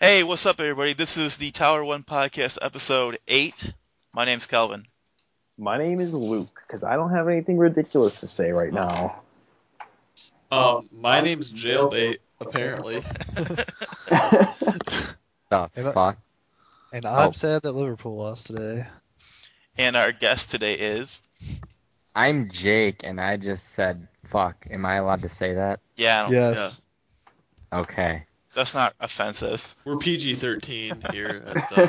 Hey, what's up, everybody? This is the Tower One Podcast, episode eight. My name's Calvin. My name is Luke because I don't have anything ridiculous to say right now. Um, my name's Jailbait, apparently. Oh, Hey, but- fuck. And I'm Oh. sad that Liverpool lost today. and our guest today is I'm Jake, and I just said fuck. Am I allowed to say that? yeah, I don't- Oh, yeah, Yes. Okay. that's not offensive. We're PG 13 here. At, uh,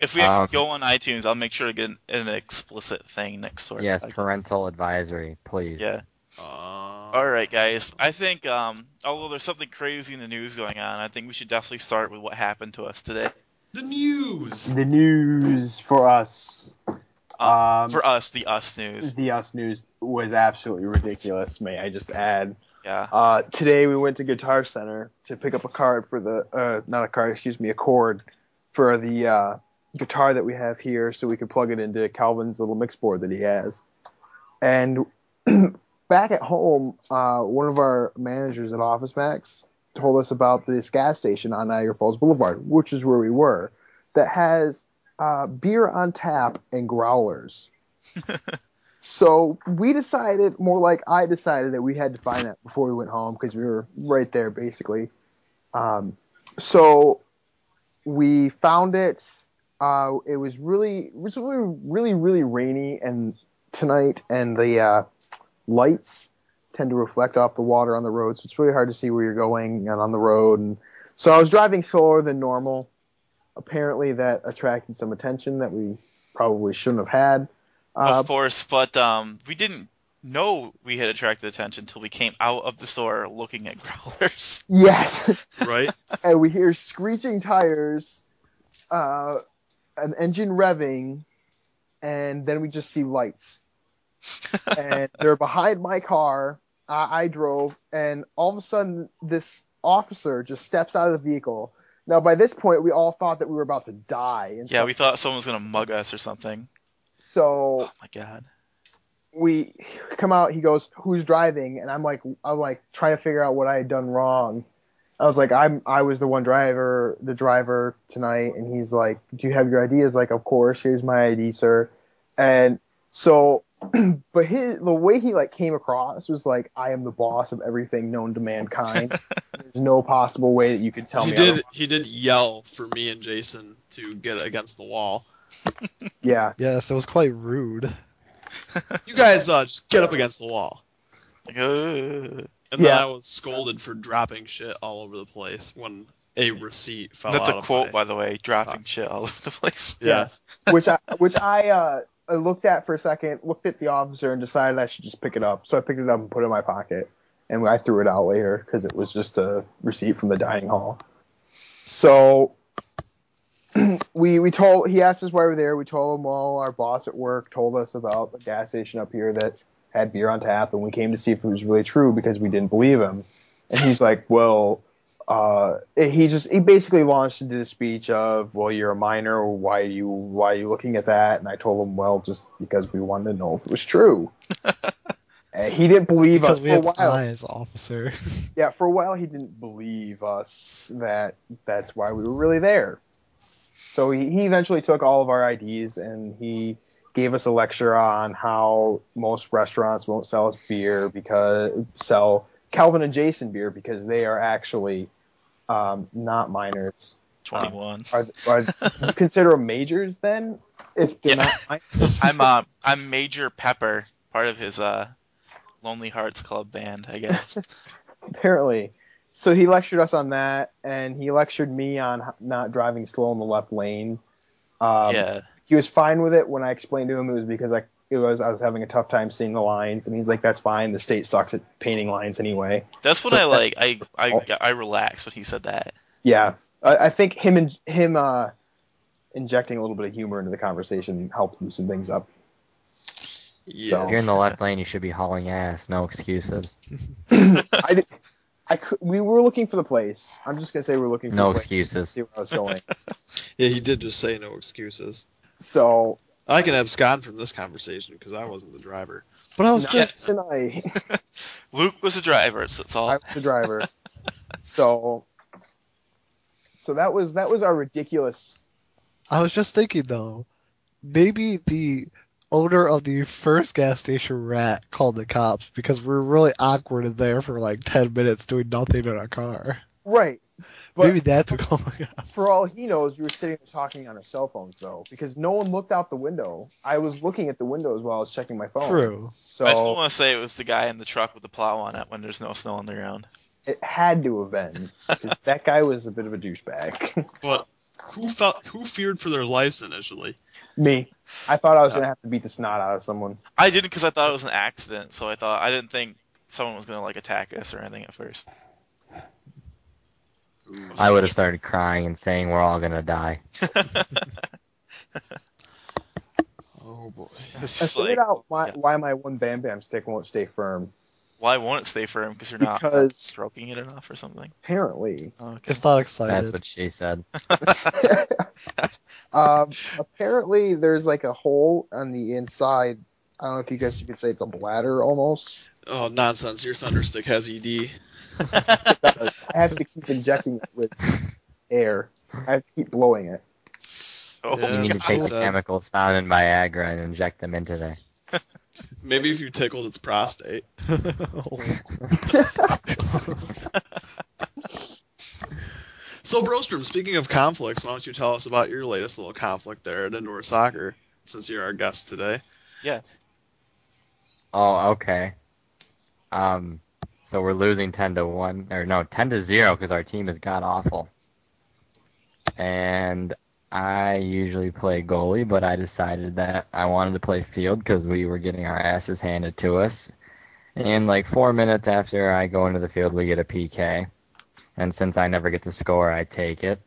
If we actually Um, go on iTunes, I'll make sure to get an explicit thing next to our Yes, podcast. parental advisory, please. Yeah. uh, All right, guys. I think um, although there's something crazy in the news going on, I think we should definitely start with what happened to us today. the news. The news for us, Um, Um, for us, the us news. the us news was absolutely ridiculous. May I just add? Yeah. Uh, today we went to Guitar Center to pick up a card for the uh, not a card, excuse me, a cord for the uh, guitar that we have here, so we could plug it into Calvin's little mix board that he has. And back at home, uh, one of our managers at Office Max told us about this gas station on Niagara Falls Boulevard, which is where we were, that has uh, beer on tap and growlers. So we decided, more like I decided, that we had to find that before we went home because we were right there basically. Um, so we found it. Uh, it was really, it was really, really, really rainy and tonight, and the uh, lights tend to reflect off the water on the road, so it's really hard to see where you're going and on the road. And so I was driving slower than normal. Apparently, that attracted some attention that we probably shouldn't have had. Uh, of course, but um, we didn't know we had attracted attention until we came out of the store looking at growlers. Yes, Right? and we hear screeching tires, uh, an engine revving, and then we just see lights. and they're behind my car. I, I drove, and all of a sudden, this officer just steps out of the vehicle. Now, by this point, we all thought that we were about to die. And Yeah, so, we thought someone was gonna mug us or something. so Oh my god. we come out. He goes, "Who's driving?" And I'm like, I'm like trying to figure out what I had done wrong. I was like, I'm I was the one driver, the driver tonight. And he's like, "Do you have your ID?" Is like, "Of course. Here's my ID, sir." And so, but his the way he like came across was like, "I am the boss of everything known to mankind. There's no possible way that you could tell he me." did. otherwise." He did yell for me and Jason to get against the wall. Yeah. Yes, it was quite rude. You guys uh, just get up against the wall. Like, "Ugh." And then Yeah. I was scolded for dropping shit all over the place when a receipt fell That's out a of quote, my- by the way. Dropping shit all over the place. Yeah. which I which I uh, I looked at for a second, looked at the officer, and decided I should just pick it up. So I picked it up and put it in my pocket, and I threw it out later because it was just a receipt from the dining hall. So we we told he asked us why we're there. We told him well, our boss at work told us about a gas station up here that had beer on tap, and we came to see if it was really true because we didn't believe him. And he's like, well. Uh, he just he basically launched into the speech of, "Well, you're a minor. Why are you why are you looking at that?" And I told him, "Well, just because we wanted to know if it was true." and he didn't believe Because us we for a have while. eyes, officer. Yeah, for a while he didn't believe us that that's why we were really there. So he, he eventually took all of our IDs and he gave us a lecture on how most restaurants won't sell us beer because sell Calvin and Jason beer because they are actually um, not minors. Twenty one. Are, are you consider them majors then? If they're Yeah. not I'm uh, I'm Major Pepper, part of his uh, Lonely Hearts Club band, I guess. apparently. So he lectured us on that, and he lectured me on h- not driving slow in the left lane. Um, yeah. He was fine with it when I explained to him it was because I it was I was having a tough time seeing the lines, and he's like, "That's fine. The state sucks at painting lines anyway." That's what so I that- like. I I got- I relaxed when he said that. Yeah, I, I think him and him uh, injecting a little bit of humor into the conversation helped loosen things up. Yeah. If you're in the left lane, you should be hauling ass. No excuses. I, did, I cou- we were looking for the place. I'm just gonna say we we're looking for No the place to excuses. see where I was going. Yeah, he did just say no excuses. So I can abscond from this conversation because I wasn't the driver. But I was not just tonight. Luke was a driver. So it's all. I was the driver. so so that was that was our ridiculous I was just thinking though, maybe the owner of the first gas station rat called the cops because we were really awkward in there for like ten minutes doing nothing in our car. right. But maybe that's what called the cops. for all he knows, we were sitting there talking on our cell phones though, because no one looked out the window. I was looking at the windows while I was checking my phone. True. I still So want to say it was the guy in the truck with the plow on it when there's no snow on the ground. it had to have been because that guy was a bit of a douchebag. but who felt who feared for their lives initially? Me, I thought I was gonna have to beat the snot out of someone. I didn't because I thought it was an accident. So I thought I didn't think someone was gonna like attack us or anything at first. I would have started crying and saying we're all gonna die. Oh boy. It's I just figured like out why, yeah. why my one Bam Bam stick won't stay firm. why won't it stay firm? Because you're not Because- stroking it enough or something. Apparently, Oh, okay. It's not That's excited. what she said. um, apparently there's like a hole on the inside. I don't know if you guys you could say it's a bladder almost. Oh nonsense! Your thunderstick has E ED. I have to keep injecting it with air. I have to keep blowing it. Oh, Yeah. You need to God. take the so- chemicals found in Viagra and inject them into there. Maybe if you tickled its prostate. So Brostrom, speaking of conflicts, why don't you tell us about your latest little conflict there at indoor soccer? Since you're our guest today, yes. Oh, okay. Um, so we're losing ten to one, or no, ten to zero, because our team is god awful. And I usually play goalie, but I decided that I wanted to play field because we were getting our asses handed to us. And like four minutes after I go into the field, we get a PK. And since I never get to score, I take it.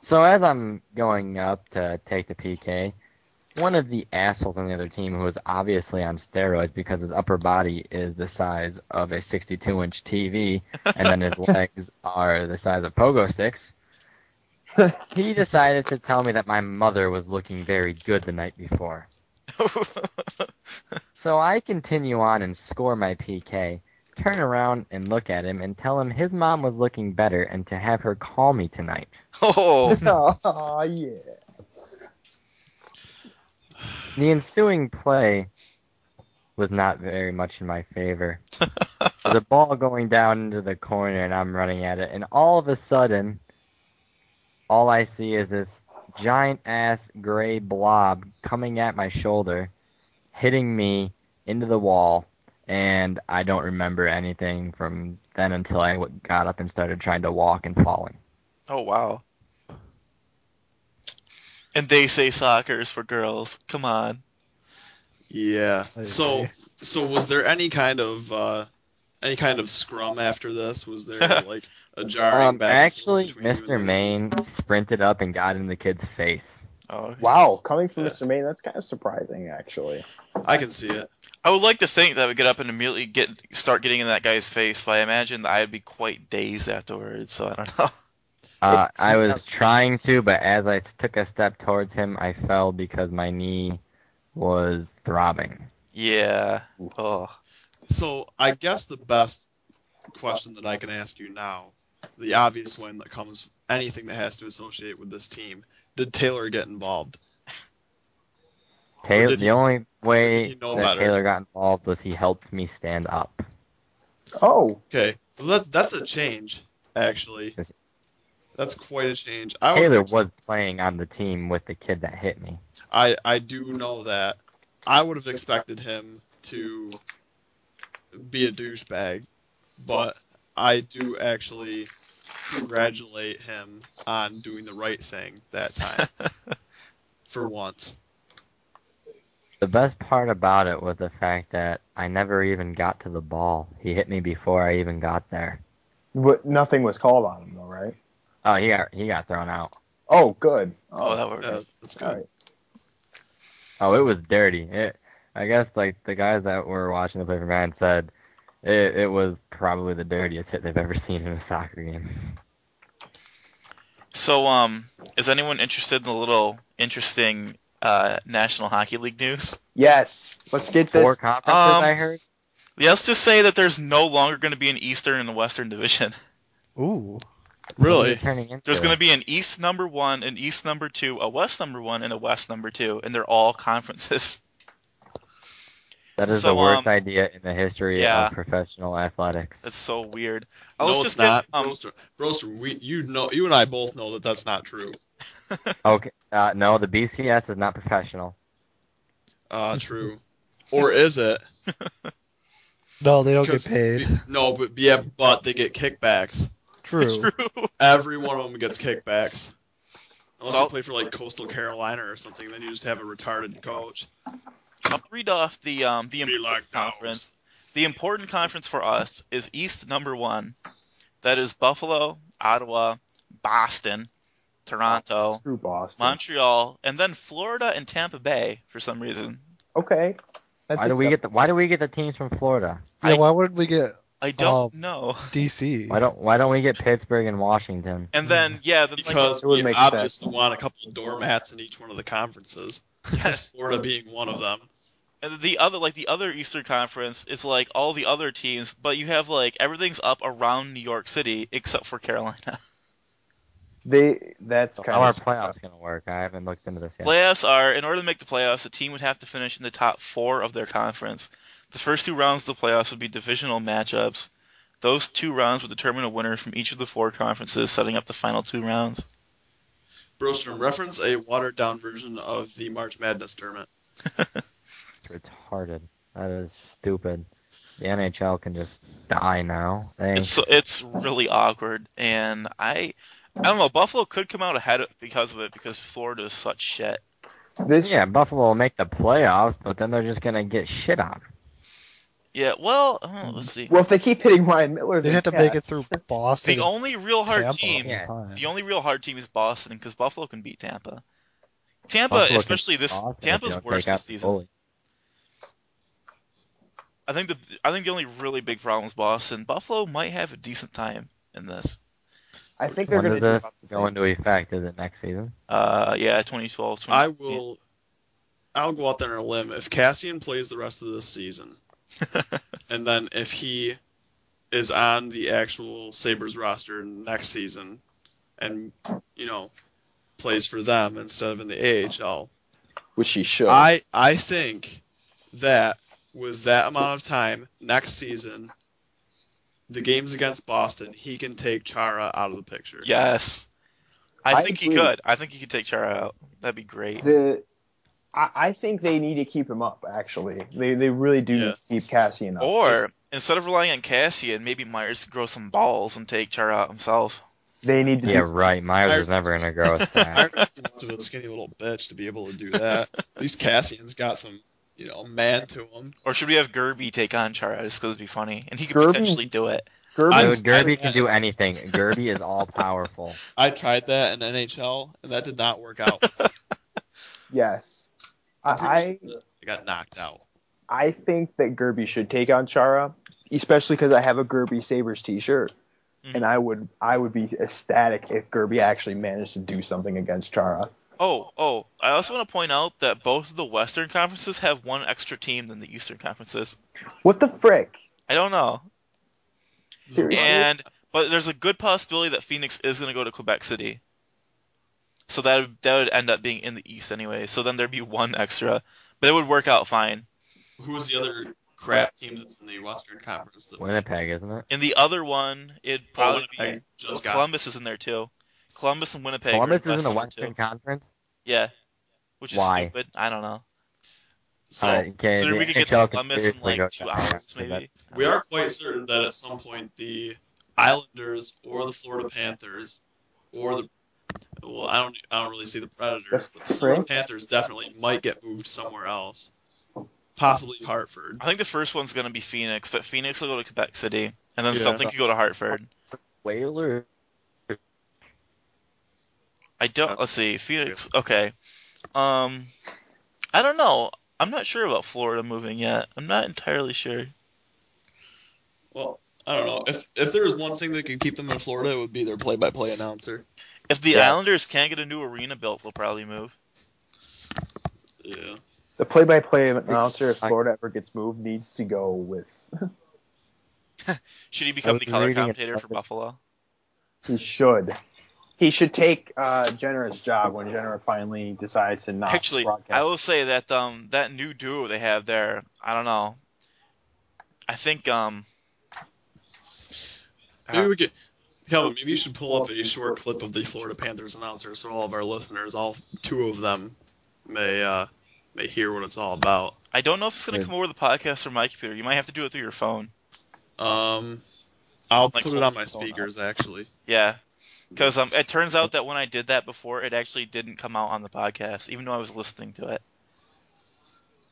So as I'm going up to take the PK, one of the assholes on the other team who is obviously on steroids because his upper body is the size of a 62 inch TV and then his legs are the size of pogo sticks. He decided to tell me that my mother was looking very good the night before. Oh. So I continue on and score my PK, turn around and look at him and tell him his mom was looking better and to have her call me tonight. oh, oh yeah. The ensuing play was not very much in my favor. the ball going down into the corner and I'm running at it, and all of a sudden, all I see is this giant ass gray blob coming at my shoulder, hitting me into the wall, and I don't remember anything from then until I w- got up and started trying to walk and falling. oh, wow. And they say soccer is for girls. Come on. yeah. I So agree. so was there any kind of uh, any kind of scrum after this? Was there like a jarring Um, back and forth actually, between you and Mr. the- Maine sprinted up and got in the kid's face. Oh, okay. Wow, coming from Yeah. Mr. Maine, that's kind of surprising actually. I can see it. I would like to think that I would get up and immediately get start getting in that guy's face, but I imagine that I'd be quite dazed afterwards. So I don't know. Uh, It's- I was trying to, but as I took a step towards him, I fell because my knee was throbbing. Yeah. Oh. So I guess the best question that I can ask you now, the obvious one that comes anything that has to associate with this team. Did Taylor get involved? Taylor, did the he- only way he know that better? Taylor got involved was he helped me stand up. Oh, Okay, well, that, that's a change, actually. That's quite a change. I would Taylor think so. was playing on the team with the kid that hit me. I I do know that. I would have expected him to be a douchebag, but I do actually congratulate him on doing the right thing that time for once. The best part about it was the fact that I never even got to the ball. He hit me before I even got there. but nothing was called on him though, right? Oh, he got he got thrown out. Oh, good. Oh, oh, that works. Yeah, that's good. all right. Oh, it was dirty. It, I guess like the guys that were watching the play for man said, it, it was probably the dirtiest hit they've ever seen in a soccer game. So, um, is anyone interested in a little interesting uh, National Hockey League news? Yes, let's get this. Four conferences, um, I heard. Yeah, let's just say that there's no longer going to be an Eastern and a Western division. Ooh. What are Really? they turning into? There's going to be an East number one, an East number two, a West number one, and a West number two, and they're all conferences. that is so, the worst um, idea in the history yeah. of professional athletics. That's so weird. I No, was it's just not. Gonna, um, Roaster, Roaster, we, you know, you and I both know that that's not true. Okay, uh, no, the BCS is not professional. Uh, true. Or is it? No, they don't get 'Cause- paid. No, but yeah, but they get kickbacks. True. true. Every one of them gets kickbacks. Unless So- you play for like Coastal Carolina or something, then you just have a retarded coach. I'll read off the um, the Be important like those. conference. The important conference for us is East number one. That is Buffalo, Ottawa, Boston, Toronto, Screw Boston. Montreal, and then Florida and Tampa Bay for some reason. okay. That's Why do we accept- get the Why do we get the teams from Florida? Yeah, I- why would we get I don't Oh. know. DC? Why don't Why don't we get Pittsburgh and Washington? And then yeah, then Because It would we make obviously sense. want a couple of doormats in each one of the conferences. like, yes, Florida being one of them. and the other like the other Eastern Conference is like all the other teams, but you have like everything's up around New York City except for Carolina. they? That's How kind are of playoffs going to work? I haven't looked into this yet. Playoffs are in order to make the playoffs, a team would have to finish in the top four of their conference. The first two rounds of the playoffs would be divisional matchups. Those two rounds would determine a winner from each of the four conferences, setting up the final two rounds. Brostrom, reference a watered down version of the March Madness tournament. It's retarded. That is stupid. The NHL can just die now. Thanks. It's it's really awkward, and I I don't know. Buffalo could come out ahead of- because of it because Florida is such shit. this. Yeah, Buffalo will make the playoffs, but then they're just gonna get shit on. Yeah, well, oh, let's see. Well, if they keep hitting Ryan Miller, They'd they have to make it cats. through Boston. The only real hard Tampa team, all Yeah. time. the only real hard team is Boston because Buffalo can beat Tampa. Tampa, Buffalo can especially this, Boston if they Tampa's don't worse take out this the season. bully. I think the I think the only really big problem is Boston. Buffalo might have a decent time in this. I think they're When going does to do about the this same. go into effect? Is it next season? Uh, yeah, 2012. 20, I will I'll go out there on a limb. If Cassian plays the rest of this season, and then if he is on the actual Sabres roster next season and you know, plays for them instead of in the AHL, which he should. I I think that with that amount of time next season, the games against Boston, he can take Chara out of the picture. Yes, I, I think he agree. could. I think he could take Chara out. That'd be great. the I, I think they need to keep him up. Actually, they they really do Yeah. need to keep Cassian up. Or Just- instead of relying on Cassian, maybe Myers could grow some balls and take Chara out himself. they need to. Yeah, do- right. Myers I- is never gonna grow a I'm sack. too much of a skinny little bitch to be able to do that. At least Cassian's got some, you know, man to him. Or should we have Gerby take on Chara just because it'd be funny, and he could Gerby- potentially do it. Gerben- Dude, Gerby can do anything. Gerby is all powerful. I tried that in NHL, and that did not work out. yes, I I got knocked out. I think that Gerby should take on Chara, especially because I have a Gerby Sabers T-shirt, Mhm. and I would I would be ecstatic if Gerby actually managed to do something against Chara. Oh, oh! I also want to point out that both of the Western conferences have one extra team than the Eastern conferences. What the frick? I don't know. Seriously? And But there's a good possibility that Phoenix is going to go to Quebec City. So that would- that would end up being in the East anyway. So then there'd be one extra, but it would work out fine. Who's the other crap team that's in the Western Conference? That Winnipeg, isn't it? In the other one, it'd probably Oh, Winnipeg be just got Columbus is in there too. Columbus and Winnipeg. are Columbus is in West the number Western two. Conference. Yeah, which is Why? stupid. I don't know. So, Alright, okay, so the we could get NHL to could Columbus in seriously go like two down. hours, maybe. We are quite certain that at some point the Islanders or the Florida Panthers or the well, I don't I don't really see the Predators, but the Florida Frank? Panthers definitely might get moved somewhere else, possibly Hartford. I think the first one's going to be Phoenix, but Phoenix will go to Quebec City, and then Yeah. something could go to Hartford. Whalers. I don't. Let's see, Phoenix. Okay. Um, I don't know. I'm not sure about Florida moving yet. I'm not entirely sure. Well, I don't know if if there was one thing that could keep them in Florida, it would be their play-by-play announcer. If the Yes. Islanders can't get a new arena built, they'll probably move. Yeah, The play-by-play announcer, if Florida ever gets moved, needs to go with. Should he become was the color reading an commentator for article- Buffalo? He should. He should take uh, Jenner's job when Jenner finally decides to not Actually, broadcast. I will say that um that new duo they have there, I don't know. I think um Ah. maybe we could. Calvin, maybe you should pull up a short clip of the Florida Panthers announcer so all of our listeners, all two of them, may uh, may hear what it's all about. I don't know if it's gonna Good. come over the podcast or my computer. You might have to do it through your phone. Um, I'll Like, put it hold on your phone my up. speakers actually. Yeah. Because um, it turns out that when I did that before, it actually didn't come out on the podcast, even though I was listening to it.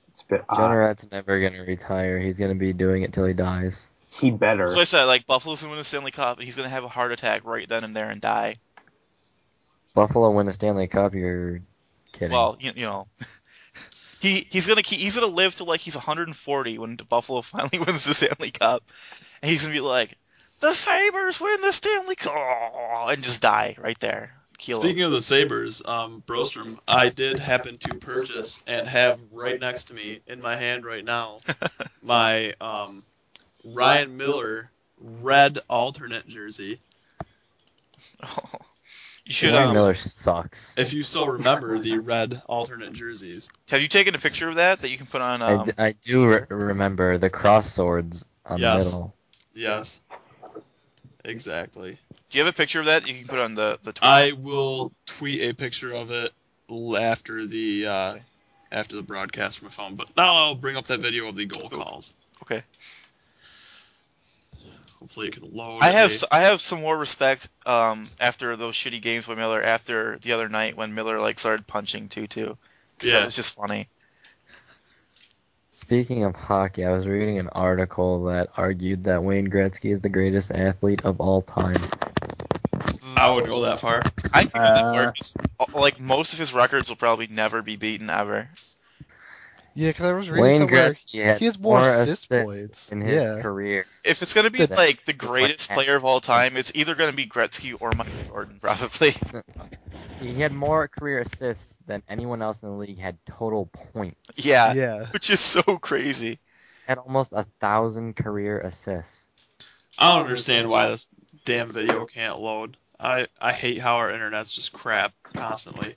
It's a uh, bit odd. Generat's never gonna retire. He's gonna be doing it till he dies. He better. So I said, like, Buffalo's going to win the Stanley Cup, and he's going to have a heart attack right then and there and die. Buffalo win the Stanley Cup. You're kidding. Well, you, you know, he he's gonna keep, he's gonna live till like he's 140 when Buffalo finally wins the Stanley Cup, and he's gonna be like, the Sabers win the Stanley Cup, and just die right there. Kill him. Speaking of the Sabers, um, Brostrom, I did happen to purchase and have right next to me in my hand right now my um, Ryan Miller red alternate jersey. you should. Larry Um, Miller sucks. If you still remember the red alternate jerseys, have you taken a picture of that that you can put on? I Um, d- I, do re- remember the cross swords on Yes. the middle. yes, exactly. do you have a picture of that you can put on the the? Twitter? I will tweet a picture of it l- after the uh, after the broadcast from my phone. But now I'll bring up that video of the goal calls. Okay. Hopefully it can load. I have a- s- I have some more respect um, after those shitty games by Miller after the other night when Miller like started punching Tutu. So Yeah. it's just funny. Speaking of hockey, I was reading an article that argued that Wayne Gretzky is the greatest athlete of all time. I would go that far. I think that that's Uh, where it's- like most of his records will probably never be beaten ever. Yeah, because I was reading Wayne somewhere Gretzky had he has more assist assists points. in his Yeah, career. If it's gonna be Did- like the greatest player of all time, it's either gonna be Gretzky or Michael Jordan, probably. He had more career assists than anyone else in the league had total points. yeah, yeah. which is so crazy. Had almost a thousand career assists. I don't understand why this damn video can't load. I, I hate how our internet's just crap constantly.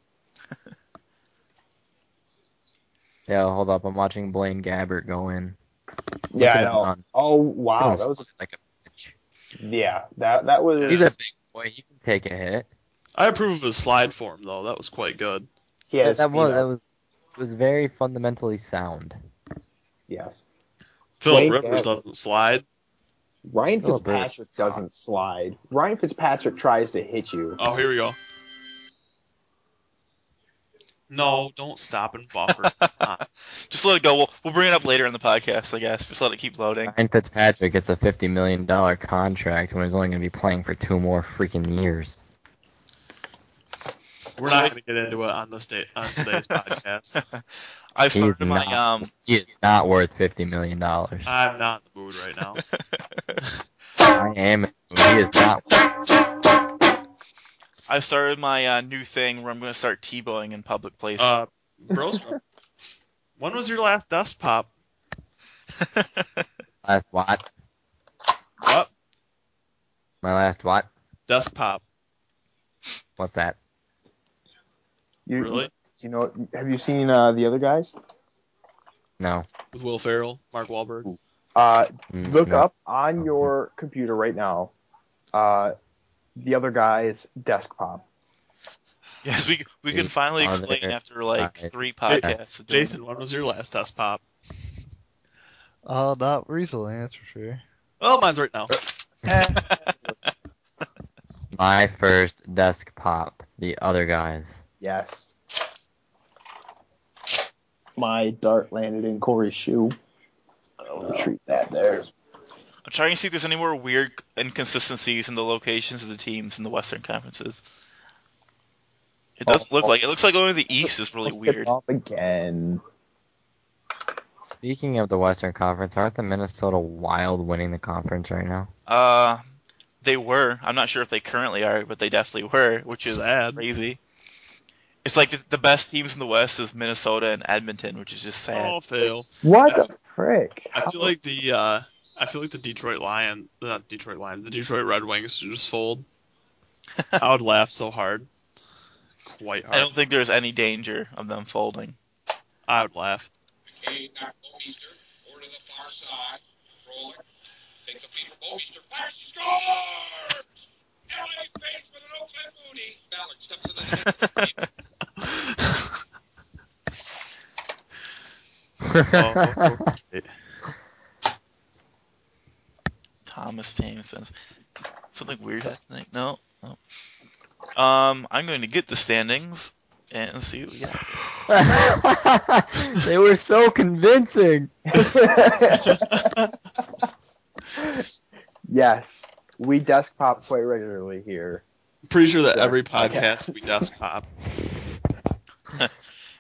Yeah, hold up, I'm watching Blaine Gabbert go in. yeah, Look I at him know. run. Oh wow, Almost that was like a bitch. yeah. That that was. He's a big boy. He can take a hit. I approve of his slide form though. That was quite good. he had that, his that feet was up. that was it was very fundamentally sound. Yes. Philip Wayne Rivers Gabbert. doesn't slide. Ryan Philip Rivers Fitzpatrick sucks. doesn't slide. Ryan Fitzpatrick tries to hit you. Oh, here we go. No, don't stop and buffer. Just let it go. We'll, we'll bring it up later in the podcast, I guess. Just let it keep loading. Ryan Fitzpatrick gets a fifty million dollar contract when he's only going to be playing for two more freaking years. We're not going to get into it on this day on today's podcast. I He's started my not, um he is not worth fifty million dollars. I'm not in the mood right now. I am. He is not. I started my uh, new thing where I'm going to start T-bowing in public places. Uh, Brostrom, when was your last dust pop? Last what? What? My last what? Death Pop. What's that? You, Really? You know, have you seen uh, the other guys? No. With Will Ferrell, Mark Wahlberg. Uh, Mm, look no. up on your computer right now. Uh, the other guy's desk pop. Yes, we we can Eight finally other explain after like guys. three podcasts. of doing Jason, when was your last Death Pop? Uh, not recently, that's for sure. Oh, mine's right now. My first desk pop. The other guys. Yes. My dart landed in Corey's shoe. I'll Oh. retreat that there. I'm trying to see if there's any more weird inconsistencies in the locations of the teams in the Western conferences. It does Oh, look oh. like it looks like only the East is really Let's get weird. Off again. Speaking of the Western Conference, aren't the Minnesota Wild winning the conference right now? Uh, they were. I'm not sure if they currently are, but they definitely were, which is Sad. crazy. It's like the, the best teams in the West is Minnesota and Edmonton, which is just sad. Oh, fail. What the frick? I feel like the uh, I feel like the Detroit Lion, not Detroit Lions, the Detroit Red Wings should just fold. I would laugh so hard, quite hard. I don't think there's any danger of them folding. I would laugh. McKay back Bowmeister, over to the far side. Frolick takes a feed for Bowmeister, fires, he scores! LA fans with an Oakland Mooney. Ballard steps into the net. Oh, Thomas Tamfins. Something weird happening? No, no. Um, I'm going to get the standings and see what we got. they were so convincing. yes, we desk pop quite regularly here. pretty sure that every podcast we desk pop.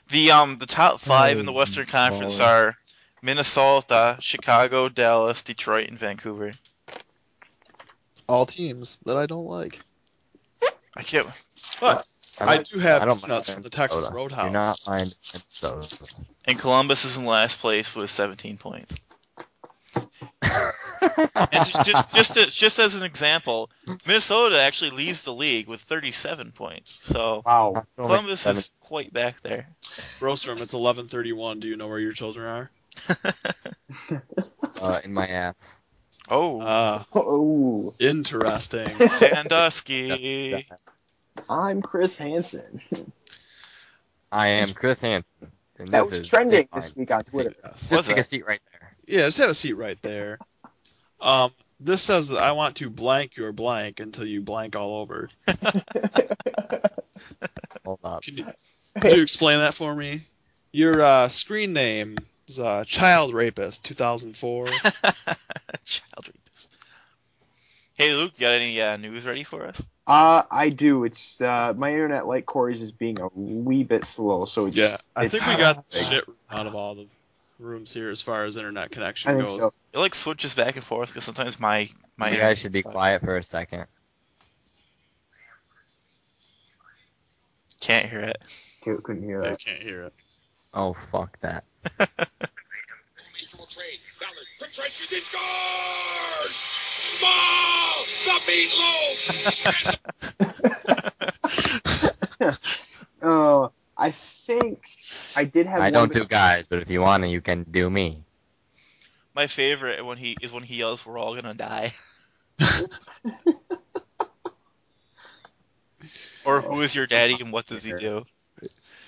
The um the top five in the Oh, Western Conference boy. are Minnesota, Chicago, Dallas, Detroit, and Vancouver. All teams that I don't like. I can't. But don't- I do have I don't mind peanuts from the Texas Minnesota. Roadhouse. Do not mind Minnesota. And Columbus is in last place with 17 points. And just just just, to, just as an example, Minnesota actually leads the league with 37 points. So Wow. Columbus is quite back there. Roast room. It's eleven thirty-one. Do you know where your children are? uh, in my ass. Oh, Ah, Oh, interesting. Sandusky. I'm Chris Hansen. I am Chris Hansen. and That this was is trending Dateline. this week on Twitter. Yes. Just Was take it? a seat right there. Yeah, just have a seat right there. Um, this says that I want to blank your blank until you blank all over. Hold up. Can you, could you explain that for me? Your uh, screen name is uh, Child Rapist 2004. Child rapist. Hey Luke, you got any uh, news ready for us? Uh, I do. It's uh, my internet, like Corey's, is being a wee bit slow. So it's, yeah, I it's- think we got the shit out of all the rooms here as far as internet I connection think goes. so. It like switches back and forth because sometimes my my you guys should be quiet for a second. Can't hear it. Dude, couldn't hear I that. can't hear it. Oh fuck that. Bowmeister will trade. Ballard, quick trade, shoots, he scores! Ball! The meatloaf! and Uh, I think I did have. I one don't bit- do guys, but if you want to, you can do me. My favorite when he is when he yells, "We're all gonna die," or "Who is your daddy and what does he do?"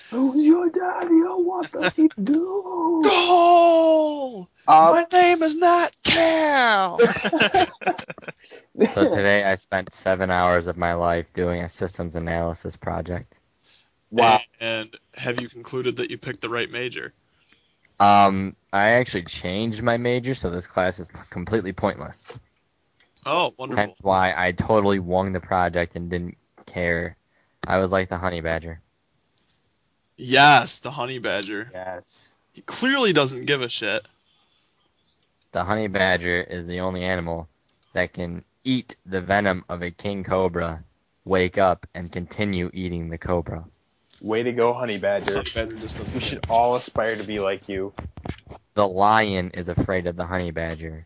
Who's your daddy? Oh, what does he do? Goal! Uh, name is not Cal! So today I spent seven hours of my life doing a systems analysis project. wow. And have you concluded that you picked the right major? Um, I actually changed my major, so this class is p- completely pointless. Oh, wonderful. Hence why I totally won the project and didn't care. I was like the honey badger. Yes, the honey badger. Yes. He clearly doesn't give a shit. The honey badger is the only animal that can eat the venom of a king cobra, wake up, and continue eating the cobra. Way to go, honey The badger. honey badger just doesn't We care. should all aspire to be like you. The lion is afraid of the honey badger.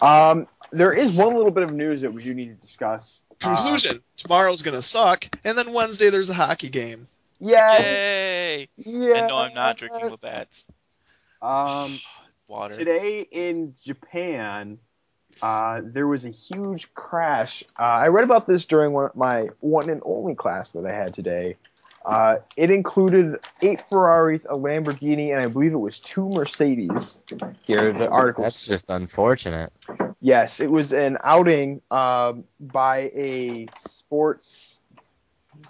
Um, there is one little bit of news that we do need to discuss. Uh, Conclusion: Tomorrow's gonna suck, and then Wednesday there's a hockey game. yes, Yay! yes. And no, I'm not drinking Labatt's Um, water. today in Japan, uh, there was a huge crash. Uh, I read about this during one of my one and only class that I had today. Uh, it included eight Ferraris, a Lamborghini, and I believe it was two Mercedes. Here, the article That's just unfortunate. Yes, it was an outing um, by a sports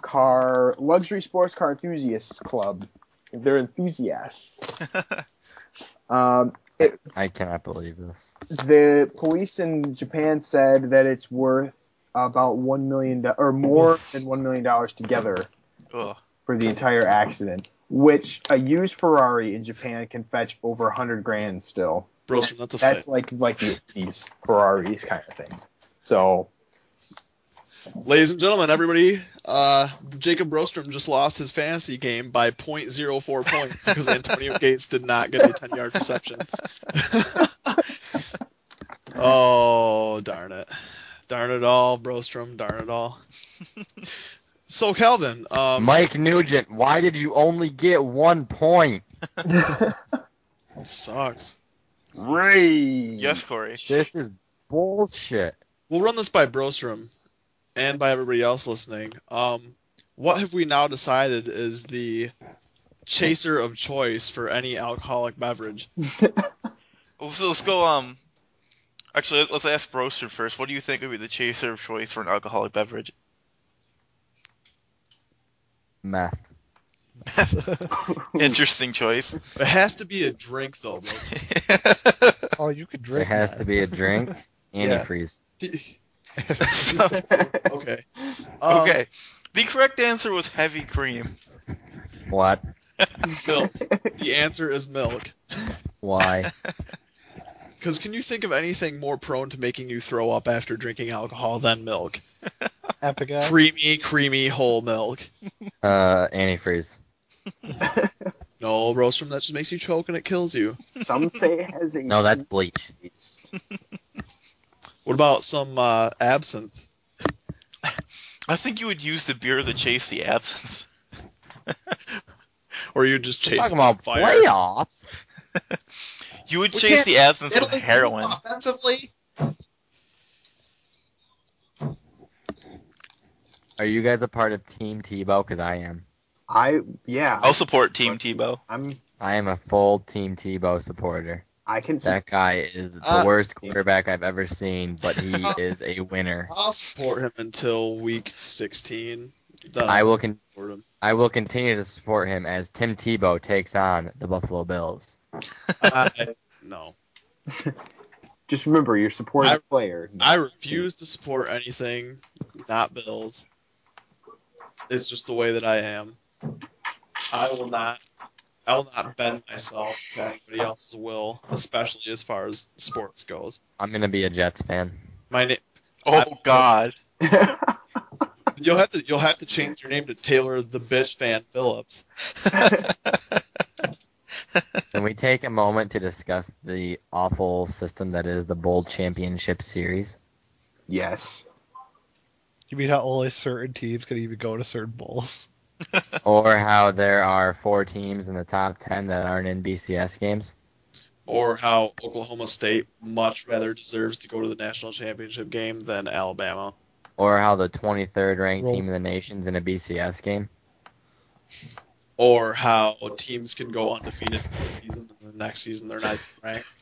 car, luxury sports car enthusiasts club. They're enthusiasts. um, it, I cannot believe this. the police in Japan said that it's worth about one million do- or more than one million dollars together Ugh. for the entire accident. Which a used Ferrari in Japan can fetch over hundred grand still. Brostrom, that's a That's fit. like like the 80s Ferraris kind of thing. So Ladies and gentlemen, everybody, uh, Jacob Brostrom just lost his fantasy game by .04 points because Antonio Gates did not get a 10-yard reception. oh, darn it. Darn it all, Brostrom, darn it all. So, Calvin, um, Mike Nugent, why did you only get one point? sucks. Ray. Yes, Corey. This is bullshit. We'll run this by Brostrom and by everybody else listening. Um, what have we now decided is the chaser of choice for any alcoholic beverage? Well, so let's go. Um, actually, let's ask Broster first. What do you think would be the chaser of choice for an alcoholic beverage? Meth. Interesting choice. It has to be a drink, though. Bro. Oh, you could drink. There has that. to be a drink. Yeah. Antifreeze. So, okay. Um, okay. The correct answer was heavy cream. What? Milk. The answer is milk. Why? Because can you think of anything more prone to making you throw up after drinking alcohol than milk? Epica. Creamy, creamy whole milk. Uh, antifreeze. No, Rostrum, that just makes you choke and it kills you. Some say it has a No, that's bleach. sweet- What about some uh, absinthe? I think you would use the beer to chase the absinthe. Or you just chase Talking about the fire? playoffs. You would We chase can't- the absinthe It'll with make you heroin. Offensively? Are you guys a part of Team Tebow? Because I am. I yeah. I'll support Team Tebow. I'm I am a full Team Tebow supporter. I can see That guy is the Uh, worst quarterback I've ever seen, but he is a winner. I'll support him until week 16. Then I I'll will con- support him. I will continue to support him as Tim Tebow takes on the Buffalo Bills. I- no. just remember you're supporting I- a player. I refuse to support anything, not Bills. It's just the way that I am. I will not. I will not bend myself to anybody else's will, especially as far as sports goes. I'm gonna be a Jets fan. My name. Oh God. You'll have to. You'll have to change your name to Taylor the Bitch Fan Phillips. Can we take a moment to discuss the awful system that is the Bowl Championship Series? yes. You mean how only certain teams can even go to certain bowls? Or how there are four teams in the top ten that aren't in BCS games? Or how Oklahoma State much rather deserves to go to the national championship game than Alabama. Or how the 23rd ranked Roll. team in the nation's in a BCS game? Or how teams can go undefeated one season and the next season they're not ranked.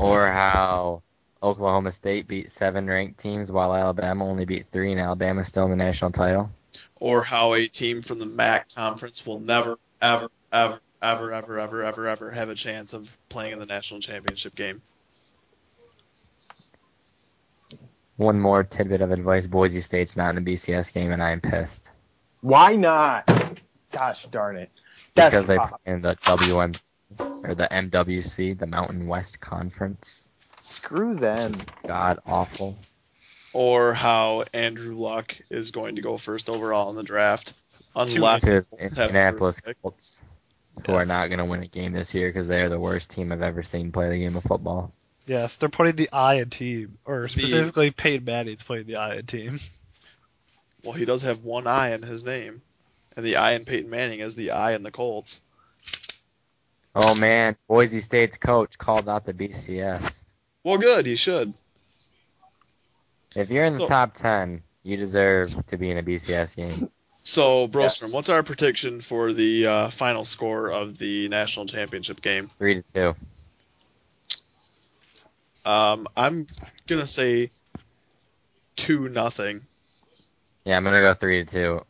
Or how Oklahoma State beat seven ranked teams while Alabama only beat three and Alabama's still in the national title? or how a team from the MAC conference will never, ever, ever, ever, ever, ever, ever, ever have a chance of playing in the national championship game. One more tidbit of advice Boise State's not in the BCS game, and I'm pissed. Why not? Gosh darn it. That's Because they uh, play in the WM or the MWC, the Mountain West Conference. screw them. God awful. Or how Andrew Luck is going to go first overall in the draft. Unless To the Colts have Indianapolis first pick. Colts, who are not going to win a game this year because they are the worst team I've ever seen play the game of football. Yes, they're putting the I in team, or The- specifically Peyton Manning's playing the I in team. Well, he does have one eye in his name, and the eye in Peyton Manning is the eye in the Colts. Oh man, Boise State's coach called out the BCS. Well, good. He should. If you're in the So- top ten, you deserve to be in a BCS game. So, Brostrom, what's our prediction for the uh, final score of the national championship game? Three to two. Um, I'm gonna say two nothing. Yeah, I'm gonna go three to two.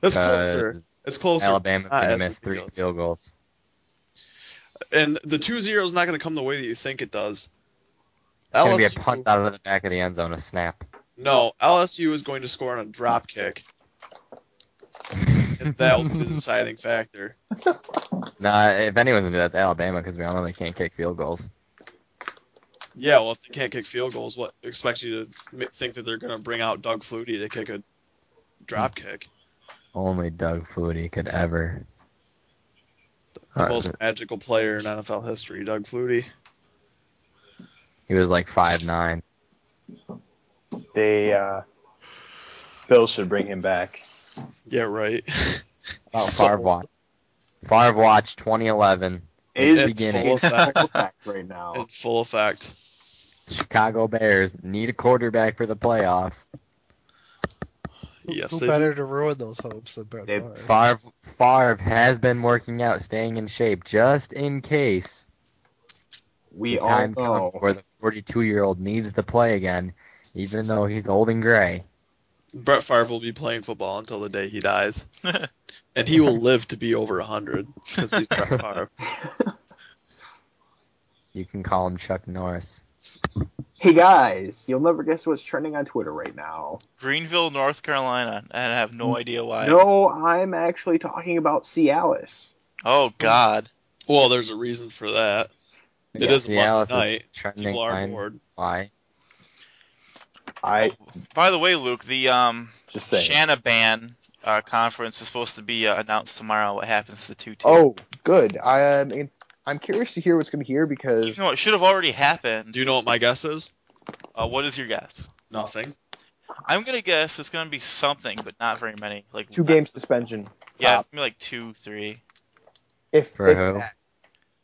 That's 'cause closer. It's closer. Alabama's It's not gonna as miss three ridiculous. field goals. And the two zero is not gonna come the way that you think it does. It's gonna be a LSU punt out of the back of the end zone, a snap. No, LSU is going to score on a drop kick. And that will be the deciding factor. Nah, if anyone's gonna do that, it's Alabama because we all know they can't kick field goals. Yeah, well, if they can't kick field goals, what expects you to m- think that they're going to bring out Doug Flutie to kick a drop Hmm. kick? Only Doug Flutie could ever. The Uh, most magical player in NFL history, Doug Flutie. he was like five nine. They uh, Bills should bring him back. Yeah, right. Oh, So- Favre watch. Favre watch 2011. Is in beginning. full effect. back right now. in full effect. Chicago Bears need a quarterback for the playoffs. Yes, Who they better to ruin those hopes than Ben They- Favre? Favre, Favre has been working out, staying in shape just in case We the all time know. comes where the 42 year old needs to play again, even though he's old and gray. Brett Favre will be playing football until the day he dies. and he will live to be over 100 because he's Brett Favre. You can call him Chuck Norris. Hey guys, you'll never guess what's trending on Twitter right now. Greenville, North Carolina, and I have no idea why. No, I'm actually talking about Cialis. Oh God. Well, there's a reason for that. It Yeah, is a Monday Cialis is night. Trending People are line. bored. Why? I By the way, Luke, the um just saying. Shanna ban uh, conference is supposed to be uh, announced tomorrow. What happens to two two? oh, good. I am. in- I'm curious to hear what's going to hear because No, it should have already happened. Do you know what my guess is? Uh, what is your guess? Nothing. I'm gonna guess it's gonna be something, but not very many. Like two game suspension. Yeah, it's gonna be like two, three. If For if who? that-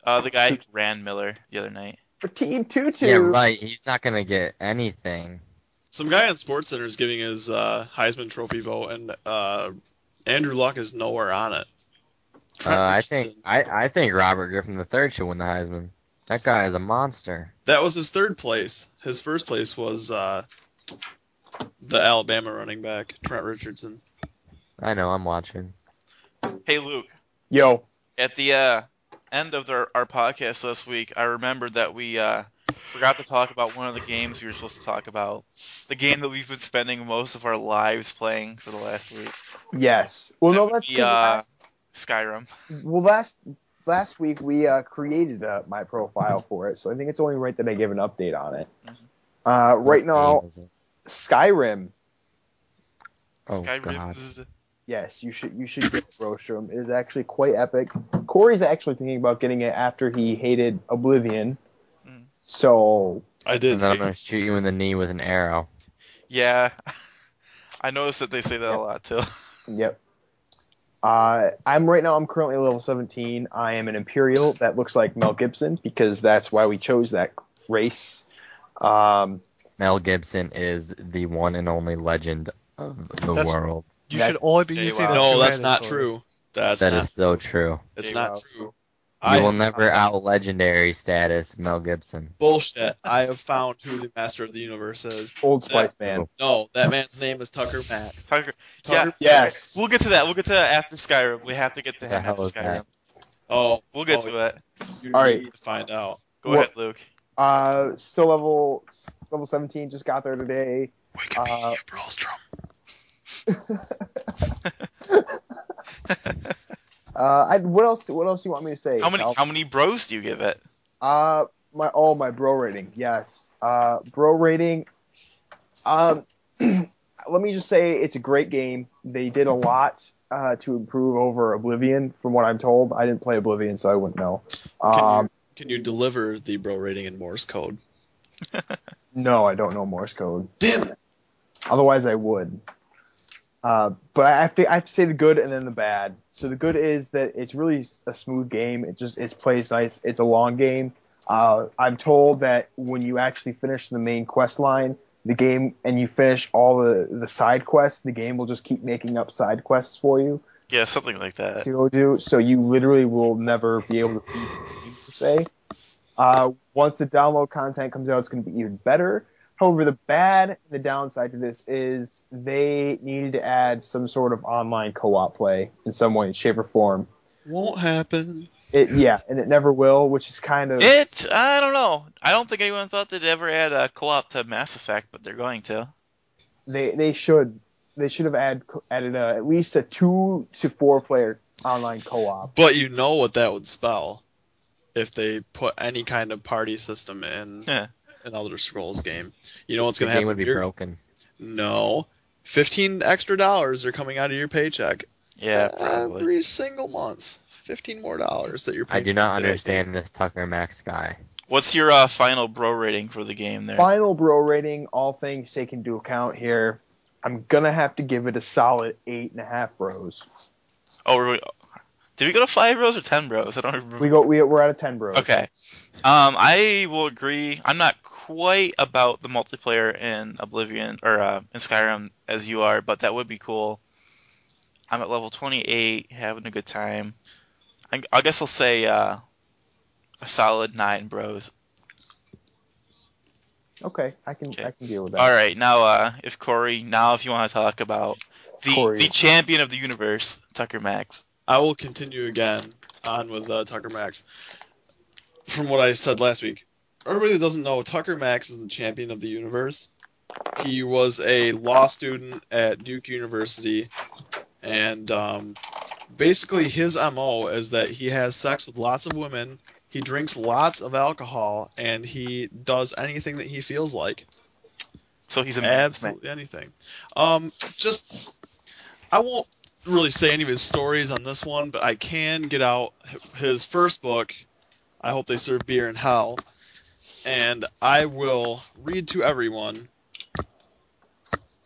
Uh, the guy who ran Miller the other night. for Team Tutu, Yeah, right. He's not going to get anything. Some guy on SportsCenter is giving his uh, Heisman Trophy vote, and uh, Andrew Luck is nowhere on it. Uh, Trent I think Richardson- I, I think Robert Griffin III should win the Heisman. That guy is a monster. that was his third place. His first place was uh, the Alabama running back Trent Richardson. I know. I'm watching. Hey, Luke. yo, At the uh, end of the, our podcast last week, I remembered that we uh, forgot to talk about one of the games we were supposed to talk about. The game that we've been spending most of our lives playing for the last week yes. Well, That no, would that's be, 'cause uh, last- Skyrim. well last last week we uh, created uh, my profile for it, so I think it's only right that I give an update on it. Mm-hmm. Uh, right What now, game is this? Skyrim. Oh God. Skyrim's Yes, you should you should get Rostrum. It is actually quite epic. Corey's actually thinking about getting it after he hated Oblivion. Mm. So I did. And then I'm gonna shoot you in the knee with an arrow. Yeah. I noticed that they say that a lot too. Yep. Uh, I'm right now. I'm currently level 17. I am an Imperial that looks like Mel Gibson because that's why we chose that race. Um, Mel Gibson is the one and only legend of the That's- world. You That- should only be Hey, using wow. a no, that's not Tyrannosaurus. true. That's That not. is so true. It's Jay not Rouse. true. You will I never out legendary status Mel Gibson. bullshit. I have found who the master of the universe is. Old Spice Man. No, that man's name is Tucker Max. Tucker, Tucker, Yes. we'll get to that. We'll get to that after Skyrim. We have to get to The him hell after is Skyrim. that? Oh, We'll get oh, to it. You All All right. right. to find out. Go What- ahead, Luke. Uh, still level level 17. Just got there today. Uh, uh, I, what else? What else do you want me to say? How many Cal? how many bros do you give it? Uh, my oh my bro rating. Yes. Uh, bro rating. Um, let me just say it's a great game. They did a lot uh, to improve over Oblivion, from what I'm told. I didn't play Oblivion, so I wouldn't know. Can, Um, you, can you deliver the bro rating in Morse code? No, I don't know Morse code. Damn it! Otherwise, I would. Uh, but I have to I have to say the good and then the bad. So the good is that it's really s- a smooth game. It just it plays nice. It's a long game. Uh, I'm told that when you actually finish the main quest line, the game and you finish all the the side quests, the game will just keep making up side quests for you Yeah, something like that. to go do. So you literally will never be able to beat the game, per se. Uh, once the download content comes out, it's going to be even better. However, the bad, the downside to this is they needed to add some sort of online co-op play in some way, shape, or form. Won't happen. It, yeah, and it never will, which is kind of It. I don't know. I don't think anyone thought they'd ever add a co-op to Mass Effect, but they're going to. they they should they should have add, added uh at least a two to four player online co-op. But you know what that would spell if they put any kind of party system in Yeah. an Elder Scrolls game. You know what's The going to happen? game would be here? broken. No. 15 extra dollars are coming out of your paycheck Yeah, Uh, probably. every single month. 15 more dollars that you're I paying. do for that not game. understand this Tucker Max guy. What's your uh, final bro rating for the game there? Final bro rating, all things taken into account here, I'm gonna have to give it a solid eight and a half bros. Oh, were we, did we go to five bros or ten bros? I don't remember. We go, we, we're out of ten bros. Okay. Um, I will agree. I'm not quite about the multiplayer in Oblivion or uh, in Skyrim as you are, but that would be cool. I'm at level 28, having a good time. I, I guess I'll say uh, a solid nine, bros. Okay, I can, Okay. I can deal with that. All right, now uh, if Corey, now if you want to talk about the Corey. the champion of the universe, Tucker Max. I will continue again on with uh, Tucker Max. From what I said last week, everybody that doesn't know, Tucker Max is the champion of the universe. He was a law student at Duke University, and um, basically his MO is that he has sex with lots of women, he drinks lots of alcohol, and he does anything that he feels like So he's a man's man. absolutely anything. Um, just I won't really say any of his stories on this one, but I can get out h- his first book. I hope they serve beer in hell, and I will read to everyone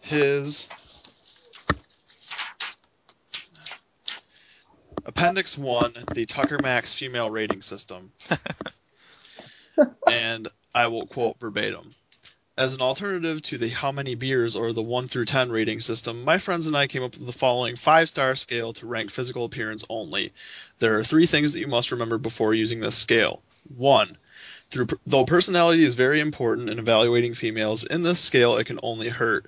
his appendix one, the Tucker Max female rating system, and I will quote verbatim. As an alternative to the how many beers or the 1 through 10 rating system, my friends and I came up with the following five star scale to rank physical appearance only. There are three things that you must remember before using this scale. 1. Through, though personality is very important in evaluating females, in this scale it can only hurt.